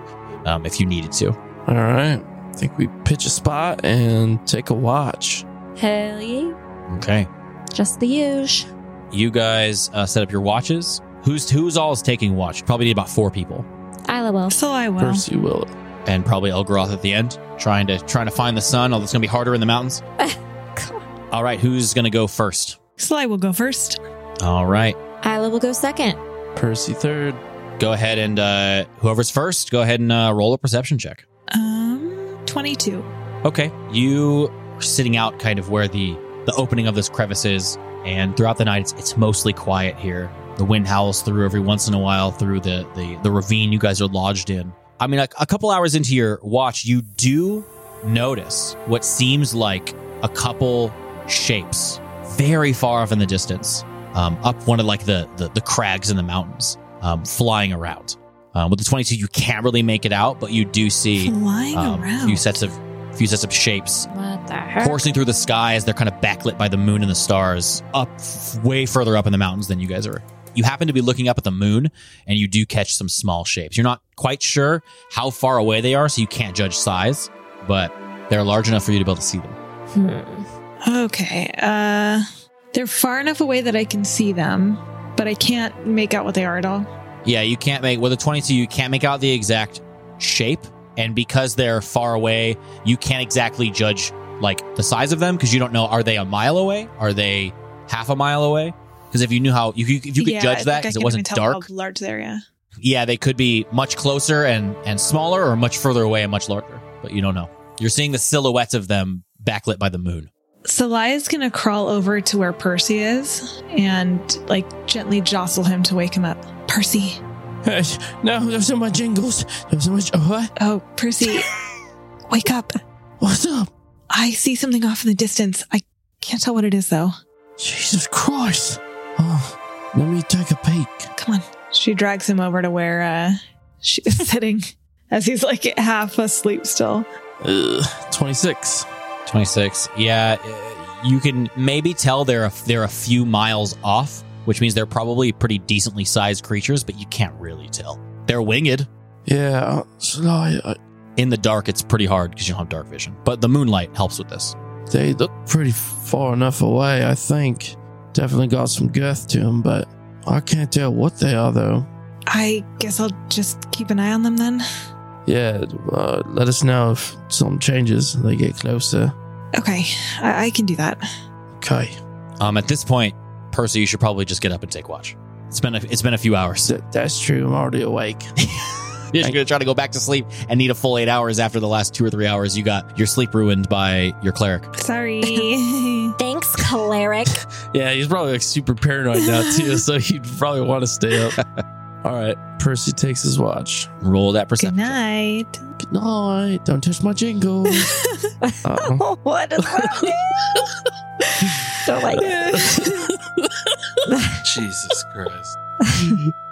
um, if you needed to.
All right. I think we pitch a spot and take a watch.
Hell yeah.
Okay.
Just the huge.
You guys uh, set up your watches. Who's who's all is taking watch? Probably need about four people,
Isla will.
So I will.
Percy will.
and probably Elgaroth at the end, trying to trying to find the sun. Although it's gonna be harder in the mountains. All right, who's gonna go first?
Sly will go first.
All right,
Isla will go second.
Percy third.
go ahead and uh, whoever's first, go ahead and uh, roll a perception check.
Um, twenty-two.
Okay, you are sitting out kind of where the the opening of this crevice is, and throughout the night it's, it's mostly quiet here. The wind howls through every once in a while through the the, the ravine you guys are lodged in. I mean, a, a couple hours into your watch, you do notice what seems like a couple shapes very far off in the distance, um, up one of like the the, the crags in the mountains, um, flying around. Um, with the twenty two, you can't really make it out, but you do see
Flying
um,
around.
few sets of few sets of shapes
What the heck?
coursing through the sky as they're kind of backlit by the moon and the stars up f- way further up in the mountains than you guys are you happen to be looking up at the moon and you do catch some small shapes you're not quite sure how far away they are so you can't judge size but they're large enough for you to be able to see them
Hmm.
Okay. Uh, they're far enough away that I can see them, but I can't make out what they are at all.
Yeah, you can't make with a 22. You can't make out the exact shape, and because they're far away, you can't exactly judge like the size of them because you don't know are they a mile away? Are they half a mile away? Because if you knew how, if you, if you could
Yeah, I
judge
think
that
I
because
can
it
even
wasn't
tell
dark,
How large there, yeah.
yeah, they could be much closer and and smaller, or much further away and much larger. But you don't know. You're seeing the silhouettes of them backlit by the moon.
So Laya's gonna crawl over to where Percy is and like gently jostle him to wake him up. Percy.
Hey, no, those are my jingles. Those are my. j- What?
Oh, Percy, wake up.
What's up?
I see something off in the distance. I can't tell what it is though.
Jesus Christ. Oh, let me take a peek.
Come on. She drags him over to where uh, she is sitting as he's like half asleep still.
Ugh, 26.
26. Yeah, uh, you can maybe tell they're a, they're a few miles off, which means they're probably pretty decently sized creatures, but you can't really tell. They're winged.
Yeah, uh, Sly, uh,
In the dark, it's pretty hard because you don't have dark vision, but the moonlight helps with this.
they look pretty far enough away, I think. Definitely got some girth to them, but I can't tell what they are, though.
I guess I'll just keep an eye on them then.
Yeah, uh, let us know if something changes and they get closer.
Okay, I, I can do that.
Okay.
Um, at this point, Percy, you should probably just get up and take watch. It's been a, it's been a few hours.
Th- that's true. I'm already awake.
You're just gonna try to go back to sleep and need a full eight hours after the last two or three hours you got your sleep ruined by your cleric.
Sorry.
Thanks, cleric.
Yeah, he's probably like super paranoid now too, so he'd probably want to stay up. All right. Percy takes his watch.
Roll that
Good
perception.
night.
Good night. Don't touch my jingle. Uh-oh.
what is that? Don't like it.
Jesus Christ.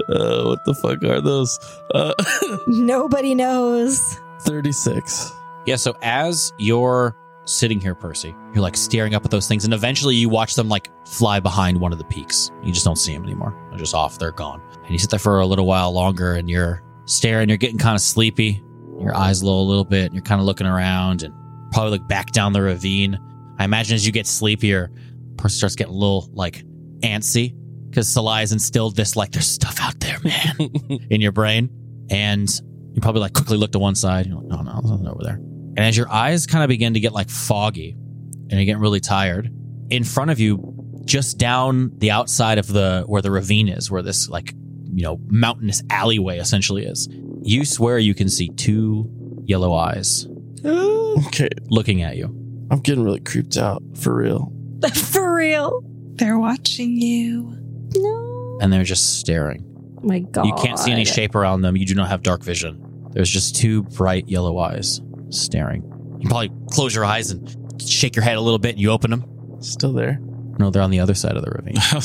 Uh, what the fuck are those? Uh,
Nobody knows.
36.
Yeah, so as you're sitting here, Percy, you're like staring up at those things, and eventually you watch them like fly behind one of the peaks. You just don't see them anymore. They're just off, they're gone. And you sit there for a little while longer and you're staring, you're getting kind of sleepy. Your eyes low a little bit, and you're kind of looking around and probably look back down the ravine. I imagine as you get sleepier, Percy starts getting a little like antsy because Salai has instilled this like there's stuff out there, man, in your brain. And you probably like quickly look to one side. You're like, no, no, there's nothing over there. And as your eyes kind of begin to get like foggy and you're getting really tired, in front of you, just down the outside of the where the ravine is, where this like, you know, mountainous alleyway essentially is, you swear you can see two yellow eyes
Okay.
looking at you.
I'm getting really creeped out for real.
For real.
They're watching you.
No.
And they're just staring.
My God.
You can't see any shape around them. You do not have dark vision. There's just two bright yellow eyes staring. You probably close your eyes and shake your head a little bit and you open them.
Still there.
No, they're on the other side of the ravine.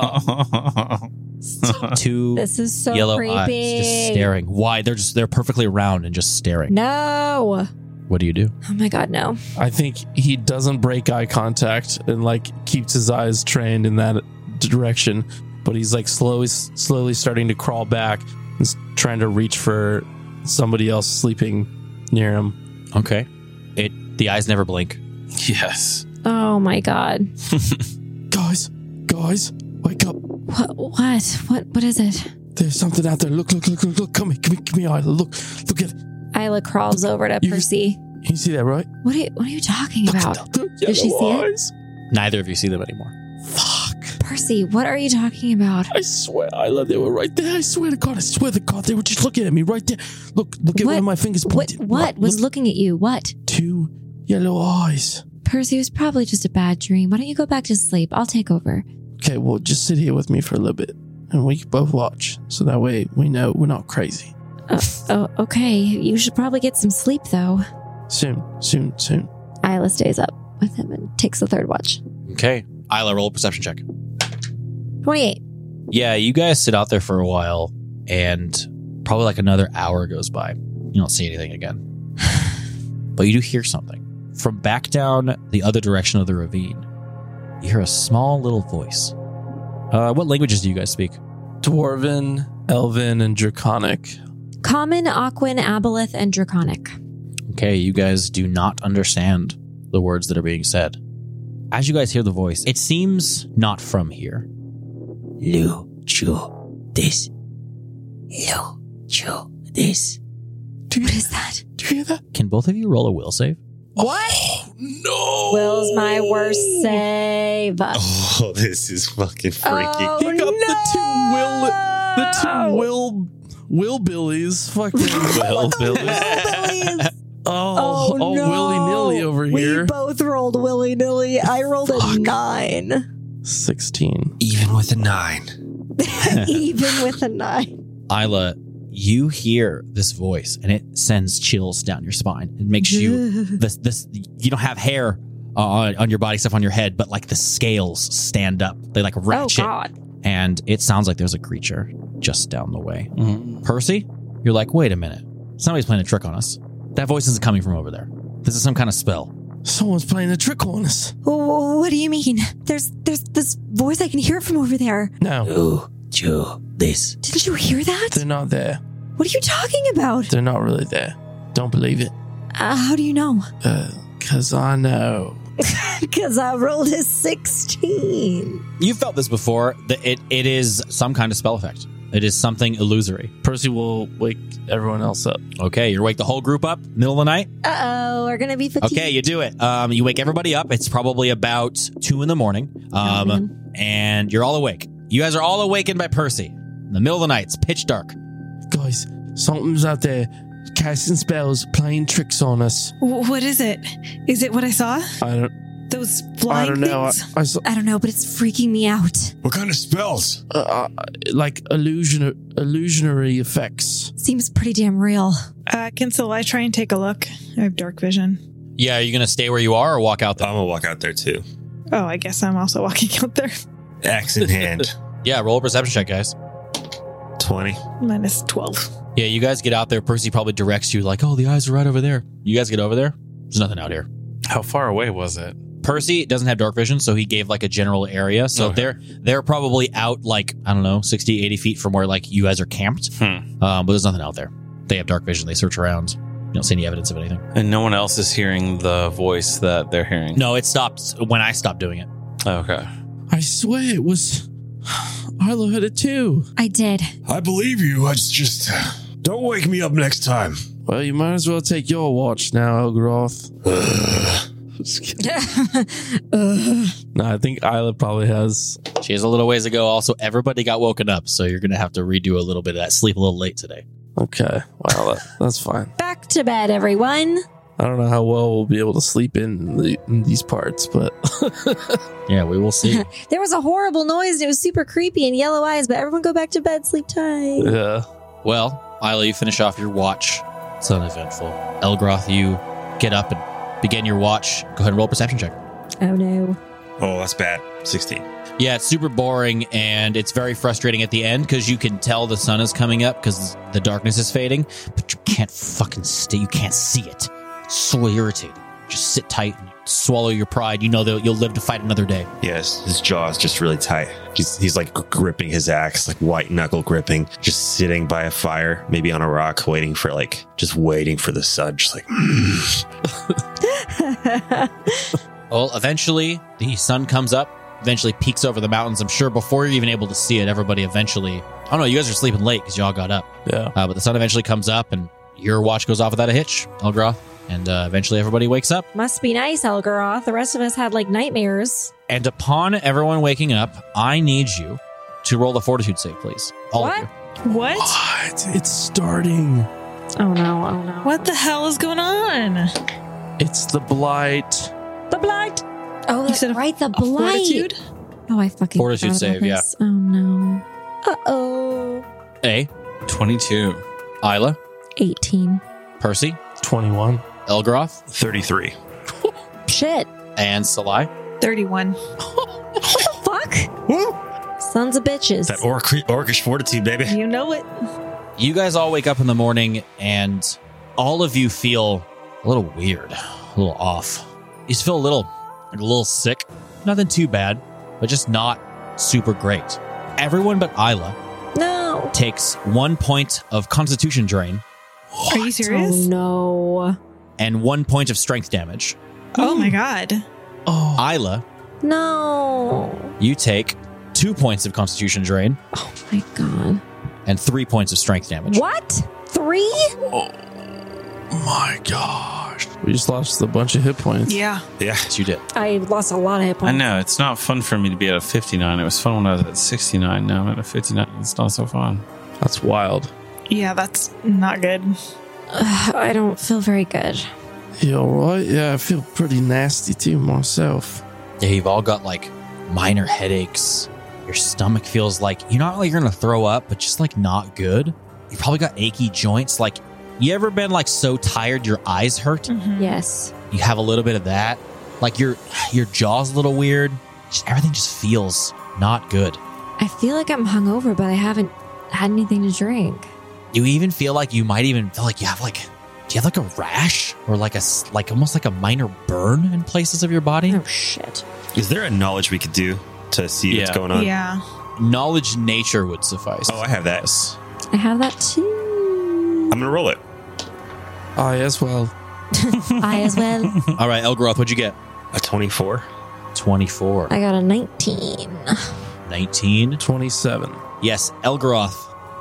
Stop.
Two
This is so
yellow
creepy.
eyes just staring. Why? They're just they're perfectly round and just staring.
No.
What do you do?
Oh my God, no.
I think he doesn't break eye contact and like keeps his eyes trained in that direction, but he's like slowly, slowly starting to crawl back and s- trying to reach for somebody else sleeping near him.
Okay. It the eyes never blink.
yes.
Oh my God.
Guys, guys, wake up!
What? What? What? What is it?
There's something out there. Look, look, look, look, look! Come here, come here, come here! Isla. Look, look at it.
Isla crawls over to
You-
Percy.
You see that, right?
What are you, What are you talking
Look
about,
at the
Does she
yellow
see
eyes.
Neither of you see them anymore.
Fuck!
Percy? What are you talking about?
I swear, Isla, they were right there. I swear to God, I swear to God, they were just looking at me right there. Look, look at
What-
where my fingers
What?
pointed.
What was looking at you? What?
two yellow eyes.
Percy it was probably just a bad dream. Why don't you go back to sleep? I'll take over.
Okay, well, just sit here with me for a little bit, and we can both watch, so that way we know we're not crazy.
Oh, okay. You should probably get some sleep though.
Soon, soon, soon.
Isla stays up with him and takes the third watch.
Okay. Isla, roll a perception check.
Twenty-eight.
Yeah, you guys sit out there for a while and probably like another hour goes by. You don't see anything again. But you do hear something. From back down the other direction of the ravine, you hear a small little voice. Uh, what languages do you guys speak?
Dwarven, Elven, and Draconic.
Common, Aquan, Aboleth, and Draconic.
Okay, you guys do not understand the words that are being said. As you guys hear the voice, it seems not from here.
Lu Chu this. Lu Chu this.
What is that?
Do you hear that?
Can both of you roll a will save?
What? Oh, no.
Will's my worst save.
Oh, this is fucking freaky.
Oh,
He got the two will- The
no!
two will will billies. Fucking will
Willbillies.
Oh,
Oh,
oh,
no.
willy nilly over
We
here.
both rolled willy nilly. I rolled a nine,
Sixteen.
Even with a nine.
even with a nine.
Isla, you hear this voice and it sends chills down your spine. It makes you this this you don't have hair uh, on, on your body stuff on your head, but like the scales stand up. They like
Oh
ratchet
God!
and it sounds like there's a creature just down the way. Percy, you're like, wait a minute. Somebody's playing a trick on us. That voice isn't coming from over there. This is some kind of spell.
Someone's playing a trick on us.
Oh, What do you mean? There's there's this voice I can hear from over there.
No,
Lu Chu this.
Didn't you hear that?
they're not there.
What are you talking about?
They're not really there. Don't believe it.
Uh, how do you know?
Uh, cause I know.
Because I rolled a 16.
You felt this before. That it it is some kind of spell effect. It is something illusory.
Percy will wake everyone else up.
Okay, you wake the whole group up, middle of the night.
Uh oh, we're gonna be fatigued.
Okay, you do it. Um, you wake everybody up. It's probably about two in the morning.
Oh,
Um,
man.
Mm-hmm.
and you're all awake. You guys are all awakened by Percy. In the middle of the night, it's pitch dark.
Guys, something's out there casting spells, playing tricks on us.
W- What is it? Is it what I saw?
I don't.
Those
I
flying
don't know. I,
things.
I saw,
I don't know, but it's freaking me out.
What kind of spells?
uh, uh, like illusion, illusionary effects.
Seems pretty damn real.
Uh, can Salai try and take a look? I have dark vision.
Yeah, are you gonna stay where you are or walk out
I'm
the
gonna walk out there too.
Oh, I guess I'm also walking out there.
Axe in hand.
Yeah, roll a perception check, guys.
20.
Minus 12.
Yeah, you guys get out there. Percy probably directs you, like, oh, the eyes are right over there. You guys get over there. There's nothing out here.
How far away was it?
Percy doesn't have dark vision, so he gave like a general area. So
Okay.
they're they're probably out like, I don't know, 60, 80 feet from where like you guys are camped.
Hmm.
Um, but there's nothing out there. They have dark vision. They search around. You don't see any evidence of anything.
And no one else is hearing the voice that they're hearing.
No, it stopped when I stopped doing it.
Okay.
I swear it was. Arlo had it too.
I did.
I believe you. I just, just don't wake me up next time.
Well, you might as well take your watch now, Elgroth.
Oh,
Just kidding.
Ugh.
No, I think Isla probably has.
She has a little ways ago. Also, everybody got woken up, so you're gonna have to redo a little bit of that. Sleep a little late today.
Okay, well, that, that's fine.
Back to bed, everyone.
I don't know how well we'll be able to sleep in, the, in these parts, but
Yeah, we will see.
There was a horrible noise and it was super creepy and yellow eyes, but everyone go back to bed, sleep tight.
Uh,
yeah.
Well, Isla, you finish off your watch. It's uneventful. Elgroth, you get up and begin your watch. Go ahead and roll a perception check.
Oh no.
Oh, that's bad. 16.
Yeah, it's super boring and it's very frustrating at the end because you can tell the sun is coming up because the darkness is fading, but you can't fucking stay. You can't see it. It's so irritating. Just sit tight and swallow your pride. You know that you'll live to fight another day.
Yes, his jaw is just really tight. He's, he's like gripping his axe, like white knuckle gripping, just sitting by a fire, maybe on a rock, waiting for like, just waiting for the sun. Just like,
Well, eventually the sun comes up, eventually peaks over the mountains. I'm sure before you're even able to see it, everybody eventually. I don't know, you guys are sleeping late because y'all got up.
Yeah.
Uh, but the sun eventually comes up, and your watch goes off without a hitch, Elgroth. And uh, eventually, everybody wakes up.
Must be nice, Elgaroth. The rest of us had like nightmares.
And upon everyone waking up, I need you to roll the fortitude save, please. All
What?
of you.
What?
What? It's starting.
Oh no, oh no.
What the hell is going on?
It's the blight.
The blight.
Oh,
You
that's
said a-
right, the
A
blight.
fortitude?
Oh, I fucking
Fortitude
forgot about
save, yeah.
this. Oh no. Uh oh.
A.
22.
Isla,
18.
Percy,
21.
Elgroth,
33.
Shit.
and Salai.
31.
Fuck.
Woo!
Sons of bitches.
That orc- orcish fortitude, baby.
You know it.
You guys all wake up in the morning, and all of you feel a little weird, a little off. You just feel a little, like a little sick. Nothing too bad, but just not super great. Everyone but Isla
no.
takes one point of constitution drain
Are you serious?
Oh
and one point of strength damage.
Oh my god.
Oh,
Isla,
no. No.
you take two points of constitution drain
Oh my god.
and three points of strength damage.
What? Three?
my gosh. We just lost a bunch of hit points.
Yeah.
Yeah.
Yes, you did.
I lost a lot of hit
I
points.
know. It's not fun for me to be at a 59. It was fun when I was at 69. Now I'm at a 59. It's not so fun.
That's wild.
Yeah, that's not good.
Ugh, I don't feel very good.
You alright? Yeah, I feel pretty nasty too myself.
Yeah, you've all got like minor headaches. Your stomach feels like you're not like you're gonna throw up, but just like not good. You probably got achy joints. Like, you ever been like so tired your eyes hurt?
Mm-hmm.
Yes.
You have a little bit of that. Like your your jaw's a little weird. Just, everything just feels not good.
I feel like I'm hungover, but I haven't had anything to drink.
You even feel like you might even feel like you have like do you have like a rash or like a s- like almost like a minor burn in places of your body?
Oh shit.
Is there a knowledge we could do to see what's
Yeah.
going on?
Yeah.
Knowledge nature would suffice.
Oh, I have that.
I have that too.
I'm gonna roll it.
I as well.
I as well.
All right, Elgroth, what'd you get?
A 24.
24.
I got a 19.
19.
27.
Yes, Elgaroth,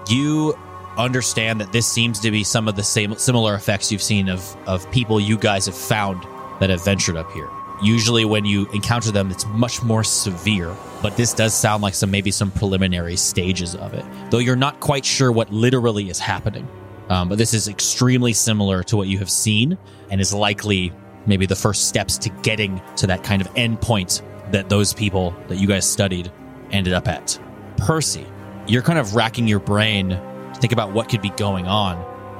you understand that this seems to be some of the same similar effects you've seen of of people you guys have found that have ventured up here. Usually when you encounter them, it's much more severe, but this does sound like some maybe some preliminary stages of it. Though you're not quite sure what literally is happening. Um, but this is extremely similar to what you have seen and is likely maybe the first steps to getting to that kind of end point that those people that you guys studied ended up at. Percy, you're kind of racking your brain to think about what could be going on.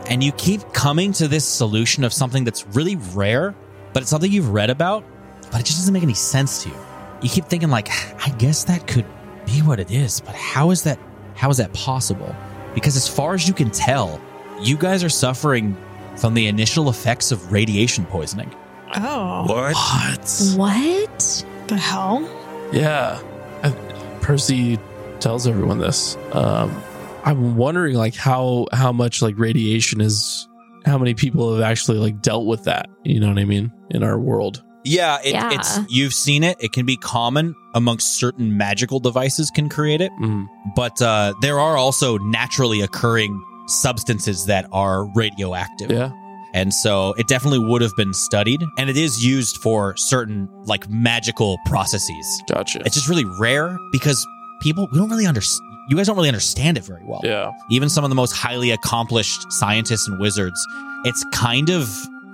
And you keep coming to this solution of something that's really rare, but it's something you've read about, but it just doesn't make any sense to you. You keep thinking like, I guess that could be what it is, but how is that how is that possible? Because as far as you can tell, you guys are suffering from the initial effects of radiation poisoning.
Oh,
What?
What?
What?
the hell?
Yeah. I, Percy tells everyone this. Um, I'm wondering like how how much like radiation is how many people have actually like dealt with that, you know what I mean, in our world.
Yeah, it,
Yeah.
it's you've seen it. It can be common amongst certain magical devices can create it,
Mm.
but uh, there are also naturally occurring substances that are radioactive.
Yeah.
And so it definitely would have been studied and it is used for certain like magical processes.
Gotcha.
It's just really rare because people we don't really understand you guys don't really understand it very well.
yeah.
Even some of the most highly accomplished scientists and wizards, it's kind of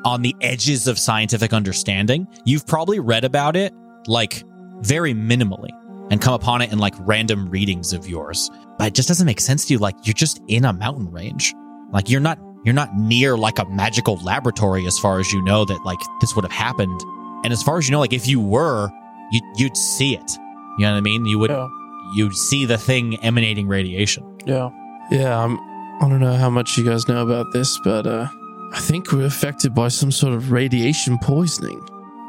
on the edges of scientific understanding. You've probably read about it like very minimally and come upon it in like random readings of yours. But it just doesn't make sense to you like you're just in a mountain range. Like you're not you're not near like a magical laboratory as far as you know that like this would have happened. And as far as you know like if you were, you you'd see it. You know what I mean? You would
Yeah.
you'd see the thing emanating radiation.
Yeah. Yeah, I'm I don't know how much you guys know about this, but uh I think we're affected by some sort of radiation poisoning.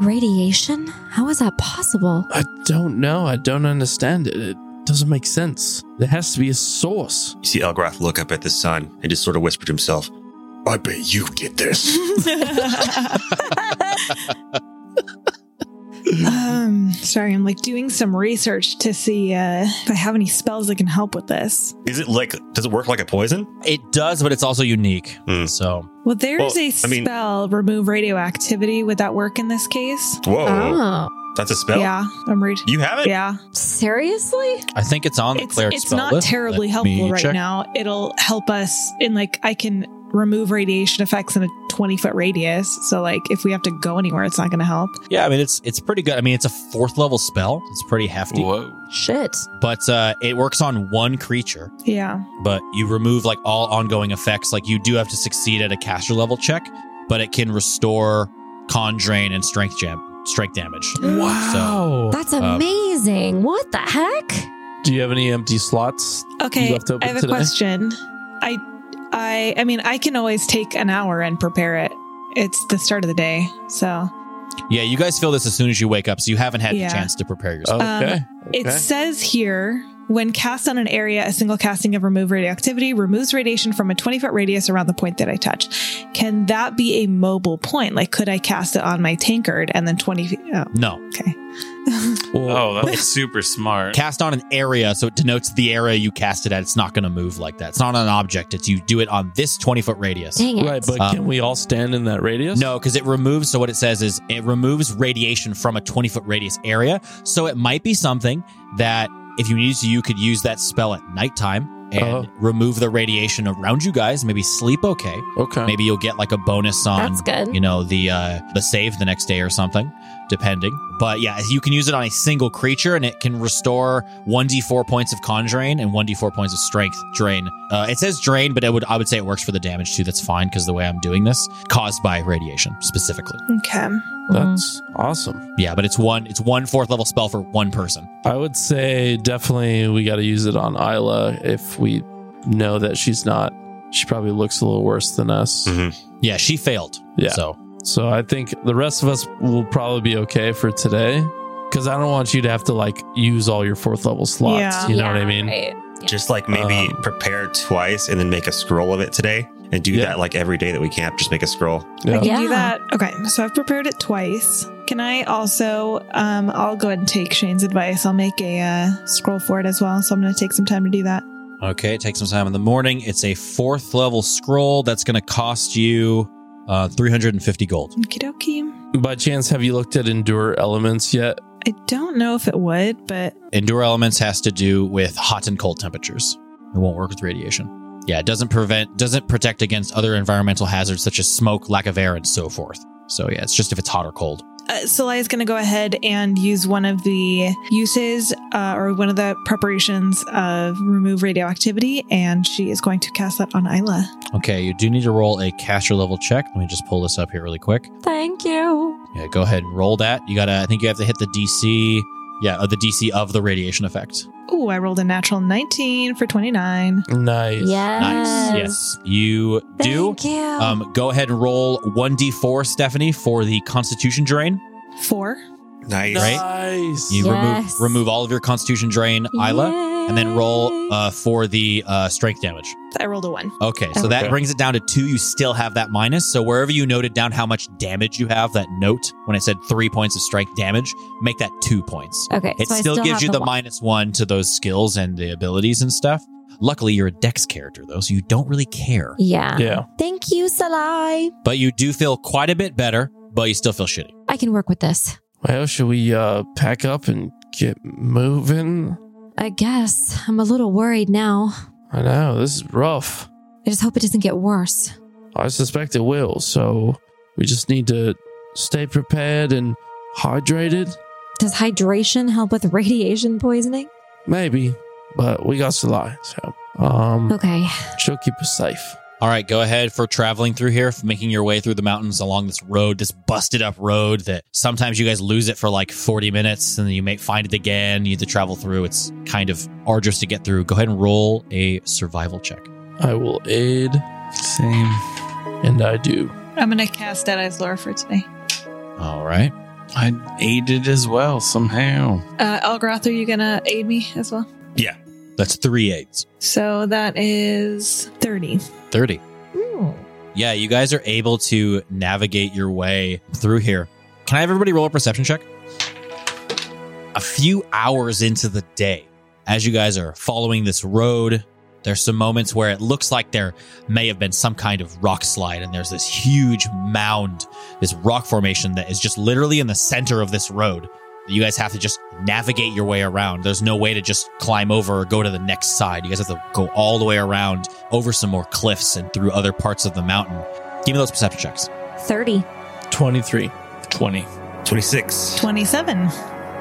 Radiation? How is that possible?
I don't know. I don't understand it. It doesn't make sense. There has to be a source.
You see Elgrath look up at the sun and just sort of whisper to himself,
I bet you did this.
um, sorry, I'm like doing some research to see uh, if I have any spells that can help with this.
Is it like, does it work like a poison?
It does, but it's also unique.
Mm.
So
Well, there's
Well,
a
I mean-
spell remove radioactivity. Would that work in this case?
Whoa.
Oh,
That's a spell?
Yeah, I'm rude.
You have it?
Yeah,
seriously?
I think it's on the
it's
cleric
it's
spell
not
list.
terribly
Let
helpful
me
right
check.
now. It'll help us in like I can remove radiation effects in a 20 foot radius. So like if we have to go anywhere, it's not going to help.
Yeah, I mean it's it's pretty good. I mean it's a fourth level spell. It's pretty hefty,
Whoa.
Shit.
but uh, it works on one creature.
Yeah.
But you remove like all ongoing effects. Like you do have to succeed at a caster level check, but it can restore con drain and strength jam strength damage.
Wow.
That's
Um,
amazing. what the heck?
Do you have any empty slots?
Okay,
left open
I have a
today?
question. I, I, I mean, I can always take an hour and prepare it. It's the start of the day, so
Yeah, you guys feel this as soon as you wake up, so you haven't had
Yeah.
the chance to prepare yourself.
Okay.
it says here when cast on an area, a single casting of remove radioactivity removes radiation from a twenty foot radius around the point that I touch. Can that be a mobile point? Like, could I cast it on my tankard and then twenty? Feet, oh,
no,
okay.
Oh, that's super smart.
cast on an area, so it denotes the area you cast it at. It's not going to move like that. It's not on an object. It's you do it on this twenty foot radius.
Dang it.
Right, but
Um,
can we all stand in that radius?
No, because it removes. So what it says is it removes radiation from a 20 foot radius area. So it might be something that if you needed to, you could use that spell at nighttime and
Uh-huh.
Oh.
remove the radiation around you guys. Maybe sleep okay.
Okay.
Maybe you'll get like a bonus on
That's good.
um, you know the uh, the save the next day or something, depending. But yeah, you can use it on a single creature, and it can restore one d four points of con drain and one d four points of strength drain. Uh, it says drain, but I would I would say it works for the damage too. That's fine because the way I'm doing this caused by radiation specifically.
Okay.
That's awesome.
Yeah, but it's one it's one fourth level spell for one person.
I would say definitely we got to use it on Isla if we know that she's not. She probably looks a little worse than us.
Mhm.
Yeah, she failed.
Yeah.
So
So I think the rest of us will probably be okay for today because I don't want you to have to like use all your fourth level slots.
Yeah.
You know what I mean?
right.
Just like maybe
Um,
prepare twice and then make a scroll of it today and do
Yeah.
that like every day that we camp. Just make a scroll.
I can do
Yeah.
that. Okay, so I've prepared it twice. Can I also? Um, I'll go ahead and take Shane's advice. I'll make a uh, scroll for it as well. So I'm going to take some time to do that.
okay, it takes some time in the morning. It's a fourth level scroll that's going to cost you uh, three hundred and fifty gold.
Okie dokie.
By chance, have you looked at endure elements yet?
I don't know if it would, but
Endure elements has to do with hot and cold temperatures. It won't work with radiation. Yeah, it doesn't prevent doesn't protect against other environmental hazards such as smoke, lack of air, and so forth. So yeah, it's just if it's hot or cold.
Uh, Salai is going to go ahead and use one of the uses uh, or one of the preparations of remove radioactivity, and she is going to cast that on Isla.
Okay, you do need to roll a caster level check. Let me just pull this up here really quick.
Thank you.
Yeah, go ahead and roll that. You gotta. I think you have to hit the DC. Yeah, uh, the DC of the radiation effect.
Ooh, I rolled a natural 19 for 29.
Nice.
Yes.
Nice. Yes, you do.
Thank you.
Um, go ahead and roll one d4, Stephanie, for the Constitution drain.
Four.
Nice.
Nice.
You
Yes.
remove remove all of your Constitution drain, Isla, and then roll uh, for the uh, strength damage.
I rolled a one.
Okay, so that
Okay.
brings it down to two. You still have that minus. So wherever you noted down how much damage you have, that note when I said three points of strength damage, make that two points.
Okay.
It
so I
still, gives
have
you the
one.
minus one to those skills and the abilities and stuff. Luckily, you're a dex character though, so you don't really care.
Yeah.
Yeah.
Thank you, Salai.
But you do feel quite a bit better, but you still feel shitty.
I can work with this.
Well, should we uh, pack up and get moving?
I guess I'm a little worried now.
I know this is rough.
I just hope it doesn't get worse.
I suspect it will. So we just need to stay prepared and hydrated.
Does hydration help with radiation poisoning?
Maybe, but we got to lie. So um,
Okay.
she'll keep us safe.
All right, go ahead for traveling through here, for making your way through the mountains along this road, this busted up road that sometimes you guys lose it for like 40 minutes and then you may find it again. You have to travel through. It's kind of arduous to get through. Go ahead and roll a survival check.
I will aid,
Same.
and I do.
I'm going to cast Dead Eyes Lore for today.
All right.
I aided as well somehow.
Uh, Elgroth, are you going to aid me as well?
That's three eights.
So that is 30.
30. Yeah, you guys are able to navigate your way through here. Can I have everybody roll a perception check? A few hours into the day, as you guys are following this road, there's some moments where it looks like there may have been some kind of rock slide, and there's this huge mound, this rock formation that is just literally in the center of this road. You guys have to just navigate your way around. There's no way to just climb over or go to the next side. You guys have to go all the way around over some more cliffs and through other parts of the mountain. Give me those perception checks.
30.
23.
20.
26.
27.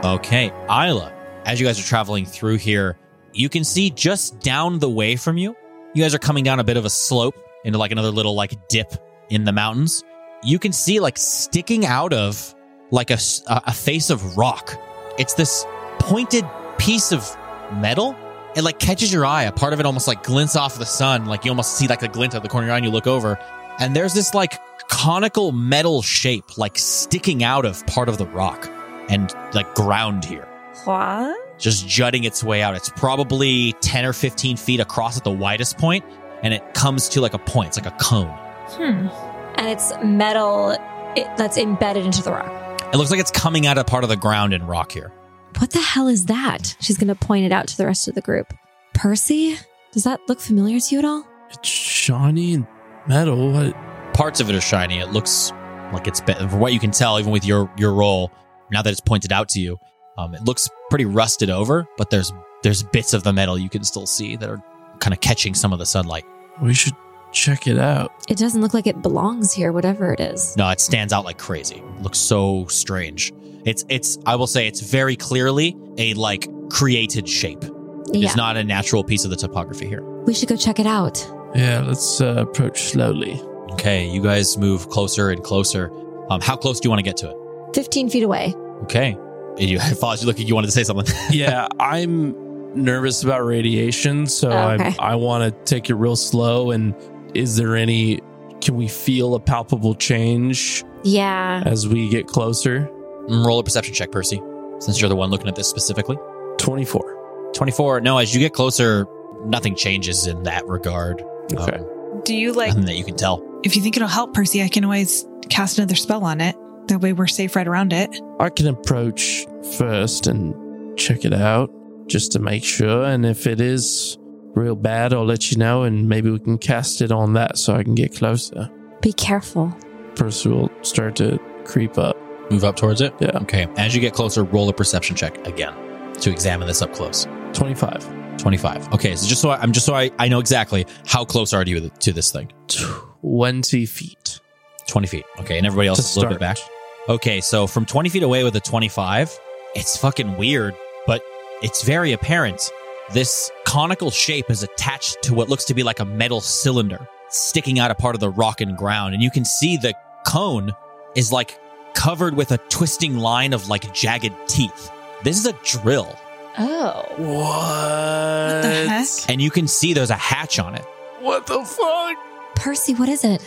Okay, Isla, as you guys are traveling through here, you can see just down the way from you. You guys are coming down a bit of a slope into like another little like dip in the mountains. You can see like sticking out of like a, s- a- a face of rock. It's this pointed piece of metal. It like catches your eye. A part of it almost like glints off the sun. Like you almost see like the glint of the corner of your eye and you look over. And there's this like conical metal shape like sticking out of part of the rock and like ground here,
What?
just jutting its way out. It's probably 10 or 15 feet across at the widest point, and it comes to like a point. It's like a cone.
Hmm.
And it's metal it, that's embedded into the rock.
It looks like it's coming out of part of the ground and rock here.
What the hell is that? She's going to point it out to the rest of the group. Percy? Does that look familiar to you at all?
It's shiny and metal. What?
Parts of it are shiny. It looks like it's been, from what you can tell, even with your your roll, now that it's pointed out to you, um, it looks pretty rusted over. But there's there's bits of the metal you can still see that are kind of catching some of the sunlight.
We should check it out.
It doesn't look like it belongs here, whatever it is.
No, it stands out like crazy. Looks so strange. It's it's I will say it's very clearly a like created shape.
yeah.
It's not a natural piece of the topography here.
we should go check it out.
Yeah, let's uh, approach slowly.
Okay, you guys move closer and closer. Um, how close do you want to get to it?
15 feet away.
Okay. You, I thought you look like you wanted to say something.
yeah, I'm nervous about radiation, so
Okay.
I'm, I want to take it real slow. And is there any? Can we feel a palpable change
Yeah.
as we get closer?
Mm, Roll a perception check, Percy, since you're the one looking at this specifically.
Twenty-four.
24. No, as you get closer, nothing changes in that regard. Um,
Okay.
Do you like,
nothing that you can tell.
if you think it'll help Percy, I can always cast another spell on it. That way we're safe right around it.
I can approach first and check it out just to make sure. And if it is real bad, I'll let you know, and maybe we can cast it on that so I can get closer.
Be careful.
Percy will start to creep up.
Move up towards it.
Yeah.
Okay. As you get closer, roll a perception check again to examine this up close.
Twenty-five.
25. Okay, so just so I, I'm just so I, I know exactly how close are you to this thing.
20 feet.
20 feet. Okay. And everybody else
To
is a little bit back. Okay. So from 20 feet away with a 25, it's fucking weird, but it's very apparent. This conical shape is attached to what looks to be like a metal cylinder sticking out a part of the rock and ground. And you can see the cone is like covered with a twisting line of like jagged teeth. This is a drill.
Oh.
What the heck?
And you can see there's a hatch on it.
What the fuck?
Percy, what is it?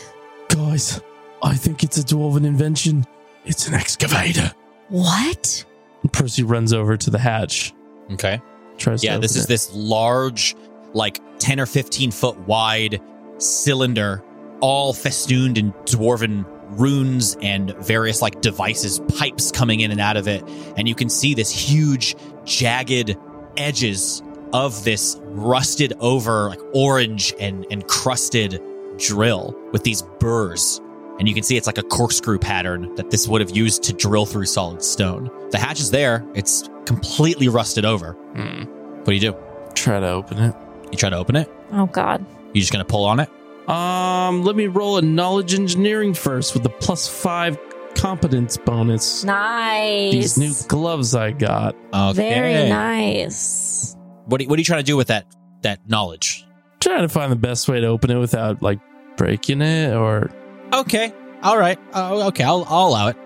Guys, I think it's a dwarven invention. It's an excavator.
What?
Percy runs over to the hatch.
Okay.
Tries to
Yeah, this
open
is
it.
this large, like 10 or 15 foot wide cylinder, all festooned in dwarven runes and various like devices, pipes coming in and out of it. And you can see this huge, jagged edges of this rusted over, like orange and, and crusted drill with these burrs. And you can see it's like a corkscrew pattern that this would have used to drill through solid stone. The hatch is there, it's completely rusted over.
Hmm.
What do you do?
Try to open it.
You try to open it?
Oh God.
You just gonna pull on it?
Um, let me roll a knowledge engineering first with the plus five competence bonus.
Nice.
These new gloves I got.
Okay.
Very nice.
What are, what are you trying to do with that that knowledge?
Trying to find the best way to open it without like breaking it or
Okay. All right. Oh, okay. I'll, I'll allow it.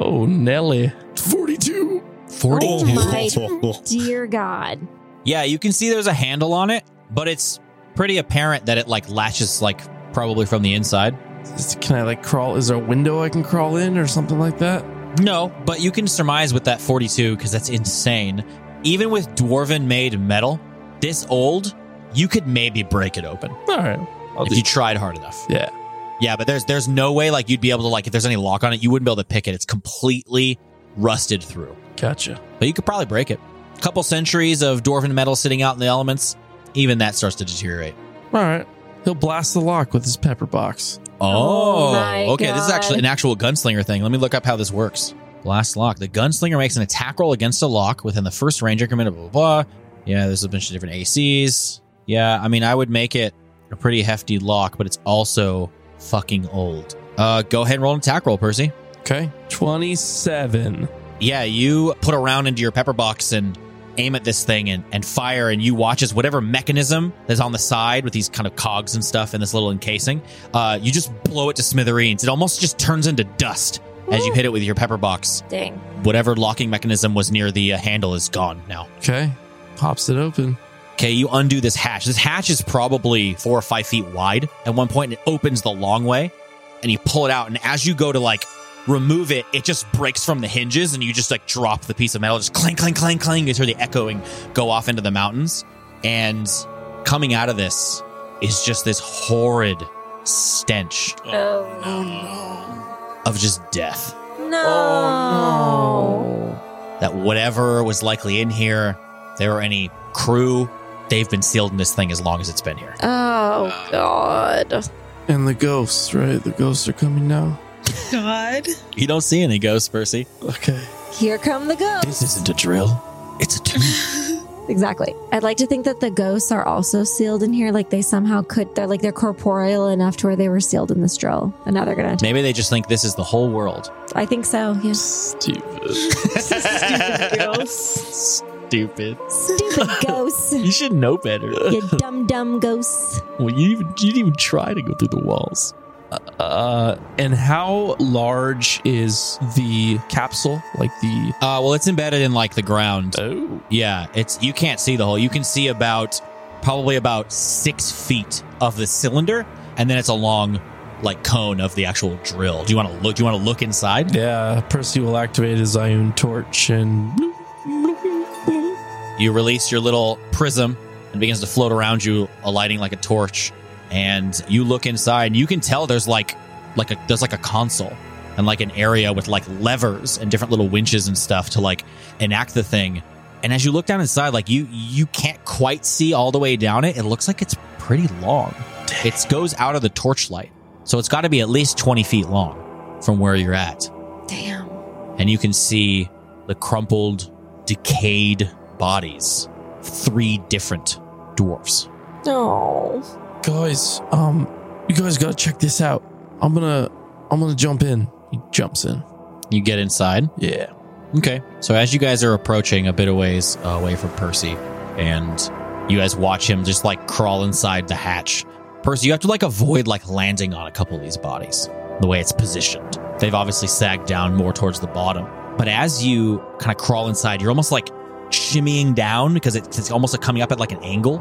Oh Nelly. Forty-two.
Forty.
Oh my dear God.
Yeah, you can see there's a handle on it, but it's pretty apparent that it like latches like probably from the inside.
Is- Can I like crawl? Is there a window I can crawl in or something like that?
No, but you can surmise with that 42 because that's insane. Even with dwarven made metal, this old, you could maybe break it open
All right. I'll
if
do-
you tried hard enough.
Yeah.
Yeah, but there's there's no way like you'd be able to like if there's any lock on it, you wouldn't be able to pick it. It's completely rusted through.
Gotcha.
But you could probably break it. couple centuries of dwarven metal sitting out in the elements, even that starts to deteriorate.
All right. He'll blast the lock with his pepper box.
Oh my
okay. This is
God.
actually an actual gunslinger thing. Let me look up how this works. Blast lock. The gunslinger makes an attack roll against a lock within the first range increment of blah, blah, blah. Yeah, there's a bunch of different ACs. Yeah, I mean, I would make it a pretty hefty lock, but it's also fucking old. Uh, go ahead and roll an attack roll, Percy.
Okay. 27.
Yeah, you put a round into your pepper box and aim at this thing and, and fire, and you watch as whatever mechanism that's on the side with these kind of cogs and stuff in this little encasing, uh, you just blow it to smithereens. It almost just turns into dust as you hit it with your pepper box.
Dang.
Whatever locking mechanism was near the uh, handle is gone now.
Okay. Pops it open.
Okay, you undo this hatch. This hatch is probably four or five feet wide at one point, and it opens the long way, and you pull it out. And as you go to like remove it, it just breaks from the hinges, and you just like drop the piece of metal, just clang, clang, clang, clang. You hear the echoing go off into the mountains. And coming out of this is just this horrid stench Oh, of just death.
No.
that whatever was likely in here, there were any crew, they've been sealed in this thing as long as it's been here.
Oh God.
And the ghosts, right? The ghosts are coming now.
God.
You don't see any ghosts, Percy.
Okay.
Here come the ghosts.
This isn't a drill. It's a tomb.
Exactly. I'd like to think that the ghosts are also sealed in here. Like they somehow could. They're like they're corporeal enough to where they were sealed in this drill, and now they're gonna. attack.
Maybe they just think this is the whole world.
I think so. Yeah.
Stupid.
Stupid.
Stupid ghosts.
You should know better.
You dumb dumb ghosts.
Well, you even you didn't even try to go through the walls. Uh, and how large is the capsule? Like the
Uh, well, it's embedded in like the ground.
oh,
Yeah, it's you can't see the whole. You can see about probably about six feet of the cylinder, and then it's a long like cone of the actual drill. Do you want to look? Do you want to look inside?
yeah. Percy will activate his ion torch and
You release your little prism and it begins to float around you, alighting like a torch. And you look inside, and you can tell there's like like a there's like a console and like an area with like levers and different little winches and stuff to like enact the thing. And as you look down inside, like you you can't quite see all the way down it. It looks like it's pretty long. It goes out of the torchlight, so it's got to be at least twenty feet long from where you're at
Damn.
and you can see the crumpled, decayed bodies. Three different dwarfs.
No.
guys. Um, you guys gotta check this out. I'm gonna, I'm gonna jump in. He jumps in.
You get inside.
Yeah.
Okay. So as you guys are approaching a bit of ways uh, away from Percy, and you guys watch him just like crawl inside the hatch. Percy, you have to like avoid like landing on a couple of these bodies, the way it's positioned. They've obviously sagged down more towards the bottom. But as you kind of crawl inside, you're almost like shimmying down because it- it's almost like coming up at like an angle.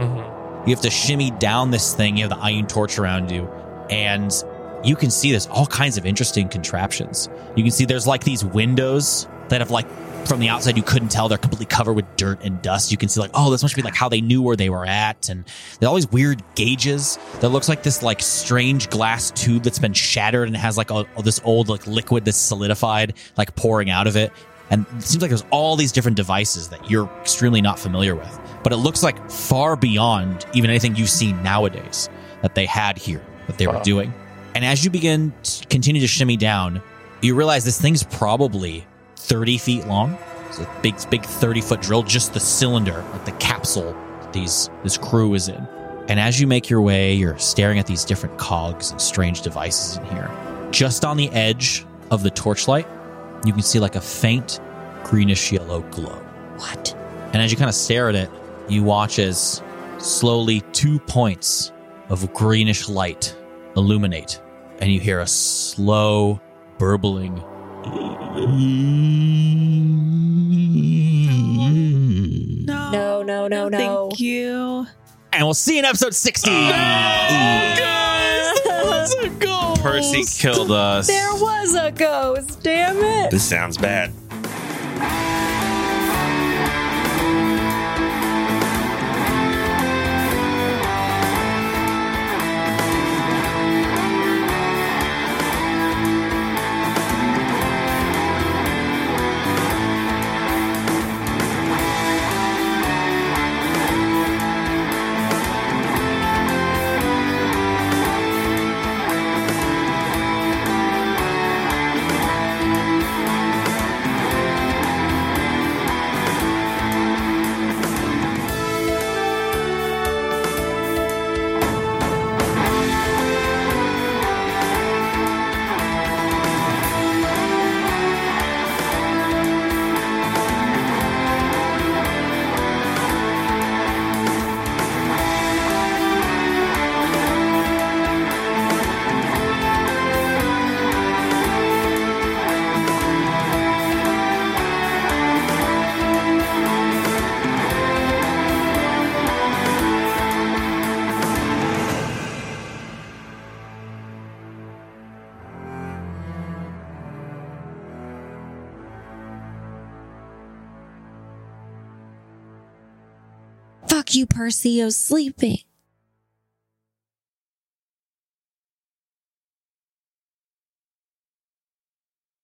You have to shimmy down this thing. You have the iron torch around you, and you can see there's all kinds of interesting contraptions. You can see there's like these windows that have like from the outside you couldn't tell they're completely covered with dirt and dust. You can see like oh this must be like how they knew where they were at, and there's all these weird gauges that looks like this like strange glass tube that's been shattered and has like all, all this old like liquid that's solidified like pouring out of it. And it seems like there's all these different devices that you're extremely not familiar with. But it looks like far beyond even anything you've seen nowadays that they had here, that they were
Wow.
doing. And as you begin to continue to shimmy down, you realize this thing's probably 30 feet long. It's a big, big 30 foot drill, just the cylinder, like the capsule these this crew is in. And as you make your way, you're staring at these different cogs and strange devices in here. Just on the edge of the torchlight, you can see like a faint greenish yellow glow.
What?
And as you kind of stare at it, you watch as slowly two points of greenish light illuminate, and you hear a slow burbling.
No.
No, Oh, no, no, no.
Thank you.
And we'll see you in episode 60.
Percy killed uh, us.
There was a ghost, damn it.
This sounds bad.
Fuck you, Percy. I was sleeping.